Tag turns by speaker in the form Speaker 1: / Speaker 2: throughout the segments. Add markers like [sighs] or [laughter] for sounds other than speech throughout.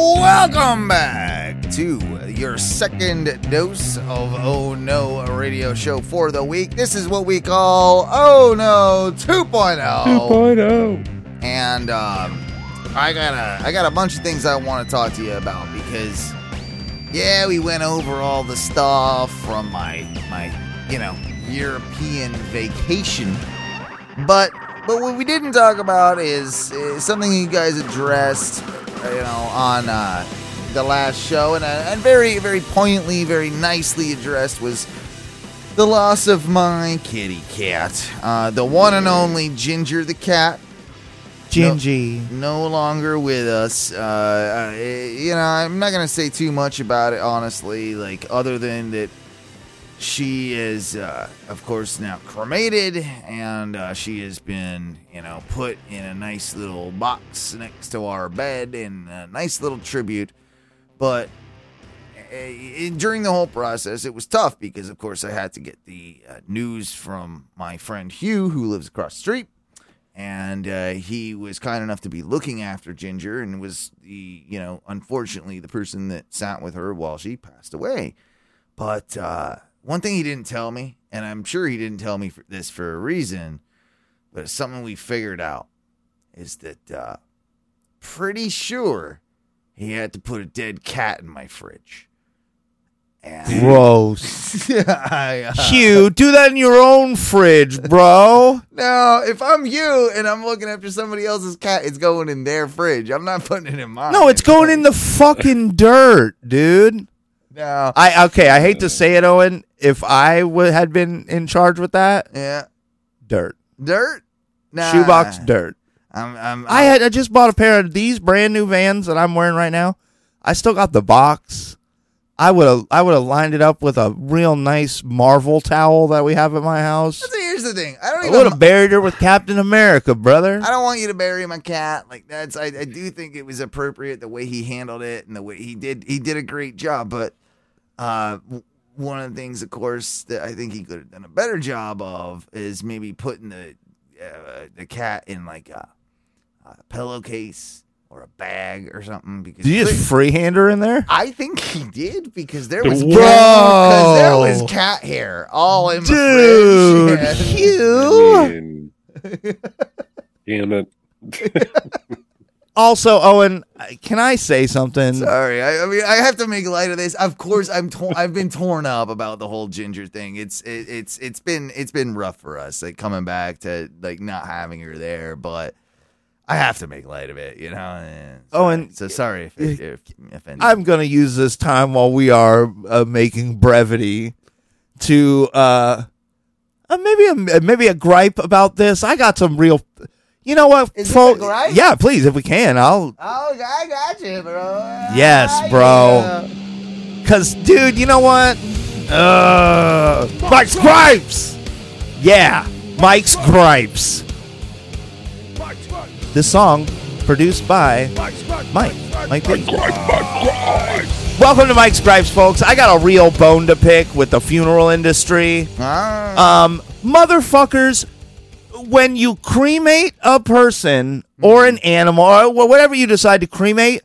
Speaker 1: Welcome back to your second dose of Oh No a Radio Show for the week. This is what we call Oh No
Speaker 2: oh.
Speaker 1: 2.0.
Speaker 3: 2.0.
Speaker 1: And um, I got to I got a bunch of things I want to talk to you about because yeah, we went over all the stuff from my my you know European vacation, but but what we didn't talk about is, is something you guys addressed, uh, you know, on uh, the last show, and uh, and very very poignantly, very nicely addressed was the loss of my kitty cat, uh, the one and only Ginger the cat
Speaker 3: Gingy.
Speaker 1: no longer with us. Uh, uh, you know, I'm not gonna say too much about it, honestly. Like, other than that, she is, uh, of course, now cremated, and uh, she has been, you know, put in a nice little box next to our bed, and a nice little tribute. But uh, during the whole process, it was tough because, of course, I had to get the uh, news from my friend Hugh, who lives across the street and uh, he was kind enough to be looking after Ginger and was the you know unfortunately the person that sat with her while she passed away. But uh, one thing he didn't tell me, and I'm sure he didn't tell me for this for a reason, but it's something we figured out is that uh, pretty sure he had to put a dead cat in my fridge. And
Speaker 3: Gross.
Speaker 1: [laughs] I, uh,
Speaker 3: Hugh, do that in your own fridge, bro.
Speaker 1: Now, if I'm you and I'm looking after somebody else's cat, it's going in their fridge. I'm not [laughs] putting it in mine.
Speaker 3: No, it's going in the fucking dirt, dude.
Speaker 1: No.
Speaker 3: I okay. I hate to say it, Owen. If I w- had been in charge with that,
Speaker 1: Yeah.
Speaker 3: dirt,
Speaker 1: Dirt? Nah.
Speaker 3: shoebox dirt.
Speaker 1: I'm, I'm,
Speaker 3: I had. I just bought a pair of these brand new Vans that I'm wearing right now. I still got the box. I would have. I would have lined it up with a real nice Marvel towel that we have at my house.
Speaker 1: So here's the thing. I don't
Speaker 3: I would
Speaker 1: even.
Speaker 3: have buried her with Captain America, brother.
Speaker 1: I don't want you to bury my cat. Like that's. I, I do think it was appropriate the way he handled it and the way he did. He did a great job, but uh, w- one of the things, of course, that I think he could have done a better job of is maybe putting the uh, the cat in like a, a pillowcase or a bag or something. Because
Speaker 3: Did you just freehand her in there?
Speaker 1: I think he did because there
Speaker 2: The
Speaker 1: was cat,
Speaker 2: what?
Speaker 1: because there
Speaker 3: Bro.
Speaker 1: was cat hair all in my
Speaker 3: Dude,
Speaker 1: fridge.
Speaker 3: [laughs]
Speaker 1: Yeah.
Speaker 3: Hugh.
Speaker 2: Damn it.
Speaker 3: Also, Owen, can I say something?
Speaker 1: Sorry, I, I mean I have to make light of this. Of course, I'm to- I've been torn up about the whole ginger thing. It's it, it's it's been it's been rough for us, like coming back to like not having her there. But I have to make light of it, you know. And-
Speaker 3: Oh, and-
Speaker 1: so sorry if, if, if offended.
Speaker 3: I'm going to use this time while we are uh, making brevity to uh, uh, maybe a, maybe a gripe about this. I got some real. You know what?
Speaker 1: Is this
Speaker 3: fol-
Speaker 1: a gripe?
Speaker 3: Yeah, please, if we can, I'll.
Speaker 1: oh, I got you, bro. Ah,
Speaker 3: Yes, bro. Cause, dude, you know what? Uh, Mike's gripes. Yeah, Mike's gripes. This song, produced by Mike. Mike. P. Welcome to Mike's Gripes, folks. I got a real bone to pick with the funeral industry.
Speaker 1: Ah,
Speaker 3: Um, motherfuckers, when you cremate a person or an animal or wh- whatever you decide to cremate,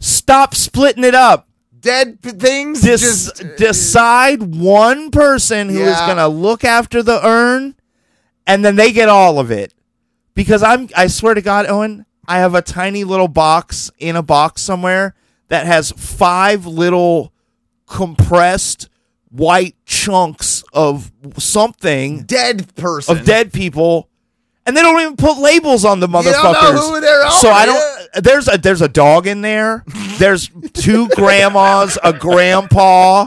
Speaker 3: stop splitting it up.
Speaker 1: dead p- things.
Speaker 3: Dis-
Speaker 1: just
Speaker 3: uh,
Speaker 1: uh,
Speaker 3: decide one person who is
Speaker 1: Yeah.
Speaker 3: going to look after the urn, and then they get all of it. Because I'm, I swear to God, Owen, I have a tiny little box in a box somewhere that has five little compressed white chunks of something
Speaker 1: dead person
Speaker 3: of dead people, and they don't even put labels on the motherfuckers.
Speaker 1: You don't know who they [laughs] are,
Speaker 3: so I
Speaker 1: do
Speaker 3: don't. There's a there's a dog in there. There's
Speaker 1: [laughs]
Speaker 3: two grandmas, a grandpa.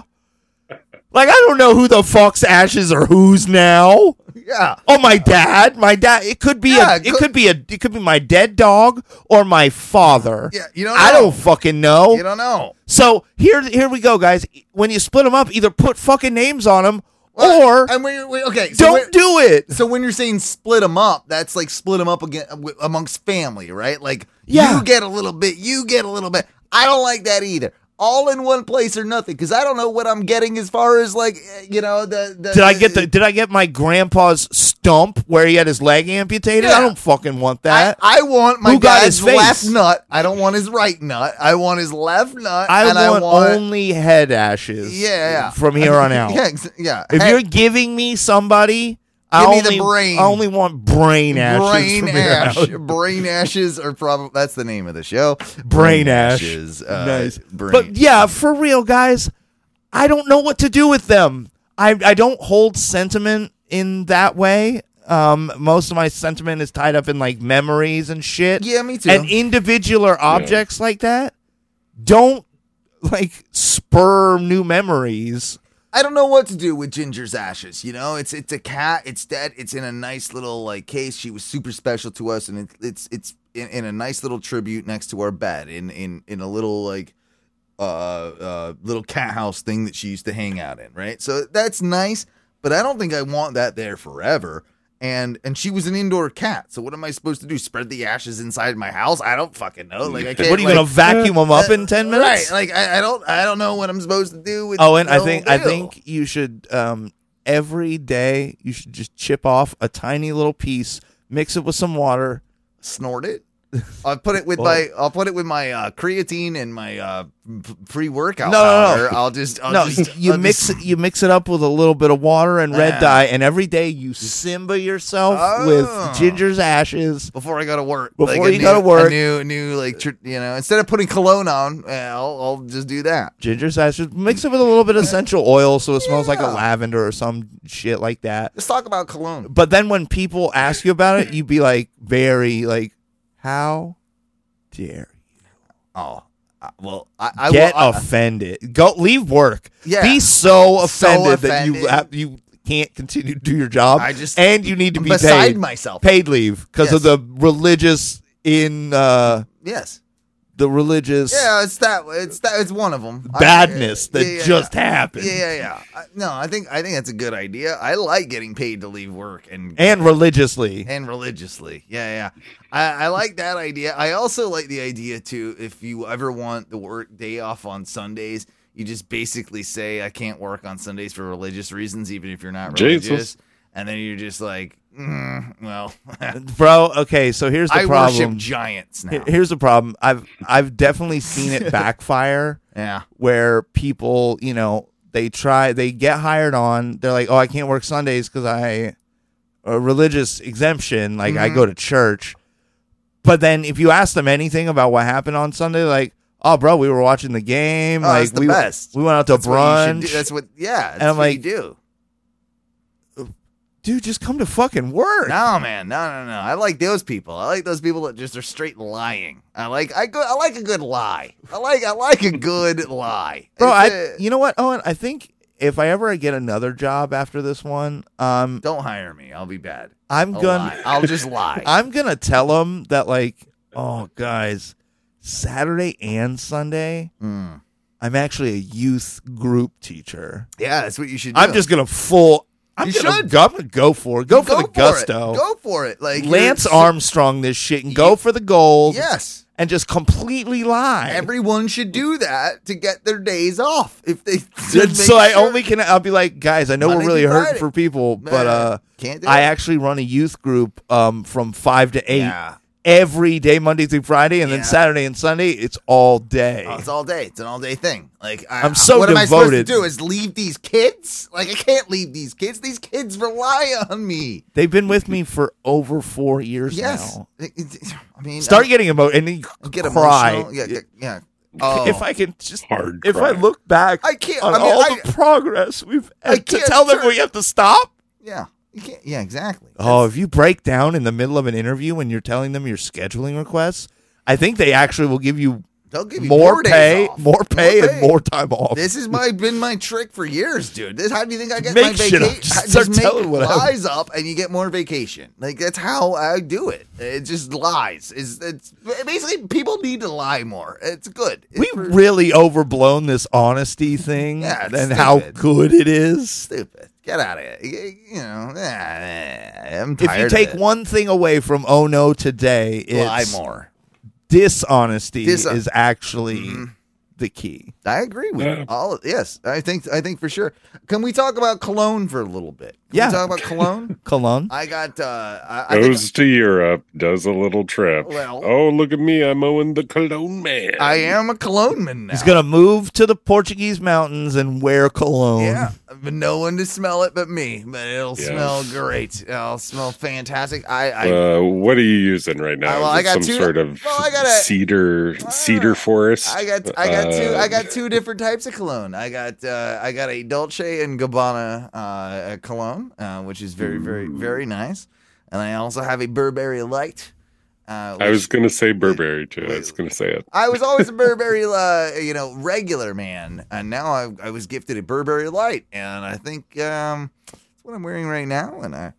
Speaker 3: Like I don't know who the fuck's ashes are whose now.
Speaker 1: you? Yeah.
Speaker 3: Oh my dad, my dad. It could be
Speaker 1: Yeah,
Speaker 3: a,
Speaker 1: it
Speaker 3: it,
Speaker 1: could-
Speaker 3: could, be a it could be my dead dog or my father.
Speaker 1: Yeah, you don't
Speaker 3: I
Speaker 1: know.
Speaker 3: don't fucking know.
Speaker 1: You don't know.
Speaker 3: so here here we go, guys. When you split them up, either put fucking names on them or
Speaker 1: and we, we okay. So
Speaker 3: don't
Speaker 1: we're-
Speaker 3: do it.
Speaker 1: So when you're saying split them up, that's like split them up again amongst family, right? Like
Speaker 3: Yeah.
Speaker 1: you get a little bit, you get a little bit. I don't like that either. all in one place or nothing because I don't know what I'm getting as far as like eh, you know the, the
Speaker 3: Did I get the? Did I get my grandpa's stump where he had his leg amputated?
Speaker 1: Yeah.
Speaker 3: I don't fucking want
Speaker 1: I,
Speaker 3: that.
Speaker 1: I want my
Speaker 3: Who got
Speaker 1: dad's
Speaker 3: his face?
Speaker 1: left nut. I don't want his right nut. I want his left nut.
Speaker 3: I,
Speaker 1: and
Speaker 3: want,
Speaker 1: I want
Speaker 3: only head ashes.
Speaker 1: Yeah, yeah.
Speaker 3: From here on out.
Speaker 1: [laughs] Yeah, ex- yeah.
Speaker 3: If
Speaker 1: Hey,
Speaker 3: you're giving me somebody, I
Speaker 1: Give me
Speaker 3: only
Speaker 1: the brain.
Speaker 3: I only want brain ashes.
Speaker 1: brain
Speaker 3: [laughs] from here
Speaker 1: ash,
Speaker 3: out.
Speaker 1: brain ashes are probably that's the name of the show.
Speaker 3: [laughs] Brain ash.
Speaker 1: ashes. Uh,
Speaker 3: Nice.
Speaker 1: Brain.
Speaker 3: But yeah, for real, guys, I don't know what to do with them. I, I don't hold sentiment in that way. Um, most of my sentiment is tied up in like memories and shit.
Speaker 1: yeah, me too.
Speaker 3: And individular objects like that don't like spur new memories.
Speaker 1: I don't know what to do with Ginger's ashes. You know, it's it's a cat. It's dead. It's in a nice little like case. She was super special to us, and it, it's it's in, in a nice little tribute next to our bed, in in in a little like uh uh little cat house thing that she used to hang out in. Right, so that's nice, but I don't think I want that there forever. And and she was an indoor cat, so what am I supposed to do? Spread the ashes inside my house? I don't fucking know. Like I can't.
Speaker 3: [laughs] What are you
Speaker 1: like- uh,
Speaker 3: gonna vacuum them up in ten minutes?
Speaker 1: [laughs] Right, like I, I don't, I don't know what I'm supposed to do with.
Speaker 3: Oh, and I
Speaker 1: the
Speaker 3: think
Speaker 1: whole
Speaker 3: I
Speaker 1: deal.
Speaker 3: think you should um, every day you should just chip off a tiny little piece, mix it with some water.
Speaker 1: snort it. I'll put it
Speaker 3: [laughs]
Speaker 1: with my I'll put it with my uh, creatine and my uh, pre workout.
Speaker 3: No, no, no.
Speaker 1: powder. I'll just I'll
Speaker 3: no,
Speaker 1: just,
Speaker 3: you
Speaker 1: I'll
Speaker 3: mix
Speaker 1: just-
Speaker 3: it, you mix it up with a little bit of water and red
Speaker 1: Yeah.
Speaker 3: dye, and every day you simba yourself
Speaker 1: Oh.
Speaker 3: with ginger's ashes.
Speaker 1: before I go to work.
Speaker 3: Before
Speaker 1: a
Speaker 3: you
Speaker 1: new,
Speaker 3: go to work.
Speaker 1: a new new like tr- you know instead of putting cologne on, eh, I'll, I'll just do that.
Speaker 3: Ginger's ashes, mix it with a little bit of essential oil, so it smells like a
Speaker 1: Yeah.
Speaker 3: lavender or some shit like that.
Speaker 1: Let's talk about cologne.
Speaker 3: But then when people ask you about it, you be like very like, how dare
Speaker 1: Oh, I- well, I, I
Speaker 3: get
Speaker 1: will, I-
Speaker 3: offended. Go leave work.
Speaker 1: Yeah.
Speaker 3: Be so offended, that you
Speaker 1: offended.
Speaker 3: have, you can't continue to do your job.
Speaker 1: I just-
Speaker 3: and you need to
Speaker 1: I'm
Speaker 3: be
Speaker 1: beside
Speaker 3: paid
Speaker 1: myself.
Speaker 3: paid leave because of
Speaker 1: Yes.
Speaker 3: the religious in uh
Speaker 1: Yes.
Speaker 3: the religious
Speaker 1: Yeah, it's that. It's that. It's one of them.
Speaker 3: badness that just happened.
Speaker 1: Yeah, yeah, yeah. I, no, I think I think that's a good idea. I like getting paid to leave work and
Speaker 3: And religiously.
Speaker 1: and religiously. Yeah, yeah. I, I like that idea. I also like the idea too. If you ever want the work day off on Sundays, you just basically say, "I can't work on Sundays for religious reasons," even if you're not religious.
Speaker 2: Jesus.
Speaker 1: And then you're just like, mm, "Well,
Speaker 3: Bro, okay, so here's the
Speaker 1: I
Speaker 3: problem.
Speaker 1: worship giants now."
Speaker 3: Here- Here's the problem. I've I've definitely seen
Speaker 1: [laughs]
Speaker 3: it backfire.
Speaker 1: yeah,
Speaker 3: where people, you know, they try, they get hired on. They're like, oh, I can't work Sundays because I, a religious exemption, like
Speaker 1: Mm-hmm.
Speaker 3: I go to church. But then if you ask them anything about what happened on Sunday, like, oh, bro, we were watching the game.
Speaker 1: Oh,
Speaker 3: like,
Speaker 1: that's the
Speaker 3: we,
Speaker 1: best.
Speaker 3: we went out to
Speaker 1: that's what you should
Speaker 3: brunch.
Speaker 1: do. That's what. Yeah, that's
Speaker 3: I'm
Speaker 1: what
Speaker 3: like,
Speaker 1: you do.
Speaker 3: Dude, just come to fucking work.
Speaker 1: No, man, no, no, no. I like those people. I like those people that just are straight lying. I like, I go, I like a good lie. I like, I like a good lie,
Speaker 3: bro,
Speaker 1: It's
Speaker 3: I,
Speaker 1: a-
Speaker 3: you know what, Owen? I think if I ever get another job after this one, um,
Speaker 1: don't hire me. I'll be bad.
Speaker 3: I'm
Speaker 1: I'll,
Speaker 3: gonna,
Speaker 1: lie. I'll
Speaker 3: [laughs]
Speaker 1: just lie.
Speaker 3: I'm gonna tell them that like, oh guys, Saturday and Sunday,
Speaker 1: Mm.
Speaker 3: I'm actually a youth group teacher.
Speaker 1: Yeah, that's what you should. do.
Speaker 3: I'm just gonna full. I'm
Speaker 1: You
Speaker 3: gonna,
Speaker 1: should.
Speaker 3: go- I'm gonna go for it. Go, for
Speaker 1: Go
Speaker 3: the gusto.
Speaker 1: It. Go for it. Like you're
Speaker 3: Lance
Speaker 1: so-
Speaker 3: Armstrong this shit and go for the gold.
Speaker 1: Yes,
Speaker 3: and just completely lie.
Speaker 1: everyone should do that to get their days off. If they
Speaker 3: And [laughs] so I
Speaker 1: sure-
Speaker 3: only can. I'll be like, guys, I know
Speaker 1: Monday
Speaker 3: we're really
Speaker 1: through
Speaker 3: hurting
Speaker 1: Friday.
Speaker 3: for people, but uh,
Speaker 1: can't do
Speaker 3: I
Speaker 1: it.
Speaker 3: actually run a youth group um from five to eight.
Speaker 1: Yeah.
Speaker 3: Every day, Monday through Friday, and
Speaker 1: Yeah.
Speaker 3: then Saturday and Sunday, it's all day.
Speaker 1: Oh, it's all day. It's an all day thing. Like I,
Speaker 3: I'm so
Speaker 1: what am I supposed to
Speaker 3: devoted.
Speaker 1: do? Is leave these kids? Like I can't leave these kids. These kids rely on me.
Speaker 3: They've been with me for over four years
Speaker 1: Yes.
Speaker 3: now.
Speaker 1: It- it- I mean,
Speaker 3: Start
Speaker 1: I
Speaker 3: getting emotional and then you
Speaker 1: get
Speaker 3: cry.
Speaker 1: emotional. Yeah, get- yeah. Oh,
Speaker 3: If I can just,
Speaker 2: Hard
Speaker 3: if
Speaker 2: cry.
Speaker 3: I look back
Speaker 1: I can't-
Speaker 3: on
Speaker 1: I mean,
Speaker 3: all
Speaker 1: I-
Speaker 3: the progress we've,
Speaker 1: I
Speaker 3: and to
Speaker 1: can't
Speaker 3: tell them
Speaker 1: turn-
Speaker 3: we have to stop.
Speaker 1: yeah, you can't, yeah, exactly.
Speaker 3: Oh, if you break down in the middle of an interview when you're telling them your scheduling requests, I think they actually will give you
Speaker 1: they'll give you
Speaker 3: more
Speaker 1: four days
Speaker 3: pay,
Speaker 1: off.
Speaker 3: more pay, and more time off.
Speaker 1: This has my been my trick for years, dude. This how do you think I get
Speaker 3: Make
Speaker 1: my
Speaker 3: shit up.
Speaker 1: vacation?
Speaker 3: Just start
Speaker 1: make
Speaker 3: telling what I-
Speaker 1: lies up, and you get more vacation. Like that's how I do it. It just lies. It's, it's basically people need to lie more. It's good. It's
Speaker 3: We've
Speaker 1: for-
Speaker 3: really overblown this
Speaker 1: [laughs]
Speaker 3: honesty thing
Speaker 1: Yeah,
Speaker 3: and
Speaker 1: it's
Speaker 3: how
Speaker 1: stupid.
Speaker 3: good it is.
Speaker 1: stupid. Get out of here. You, you know, eh, I'm
Speaker 3: if
Speaker 1: tired.
Speaker 3: you take
Speaker 1: of it.
Speaker 3: one thing away from oh no today
Speaker 1: lie
Speaker 3: it's
Speaker 1: more.
Speaker 3: dishonesty
Speaker 1: Dis- Mm-hmm.
Speaker 3: is actually the key.
Speaker 1: I agree with
Speaker 2: Yeah.
Speaker 1: you. all. Yes, I think I think for sure. Can we talk about Cologne for a little bit? Can
Speaker 3: Yeah.
Speaker 1: we talk about Cologne.
Speaker 3: Cologne.
Speaker 1: I got. uh I, I think
Speaker 2: Goes to Europe, does a little trip.
Speaker 1: Well-
Speaker 2: oh, look at me. I'm Owen the Cologne Man.
Speaker 1: I am a Cologne man now.
Speaker 3: He's gonna move to the Portuguese mountains and wear cologne.
Speaker 1: Yeah, but no one to smell it but me. But it'll
Speaker 2: Yeah.
Speaker 1: smell great. It'll smell fantastic. I, I
Speaker 2: Uh, what are you using right now?
Speaker 1: Uh, well, I
Speaker 2: Is it
Speaker 1: got
Speaker 2: some
Speaker 1: two-
Speaker 2: sort of
Speaker 1: well, I got a- Ah,
Speaker 2: cedar cedar forest.
Speaker 1: I got I got two
Speaker 2: Uh,
Speaker 1: I got two different types of cologne. I got uh, I got a Dolce and Gabbana uh, cologne, uh, which is very very very nice, and I also have a Burberry Light. Uh,
Speaker 2: I
Speaker 1: which-
Speaker 2: was gonna say Burberry too. I
Speaker 1: wait.
Speaker 2: was gonna say it. [laughs]
Speaker 1: I was always a Burberry, uh, you know, regular man, and now I, I was gifted a Burberry Light, and I think um, that's what I'm wearing right now. And I,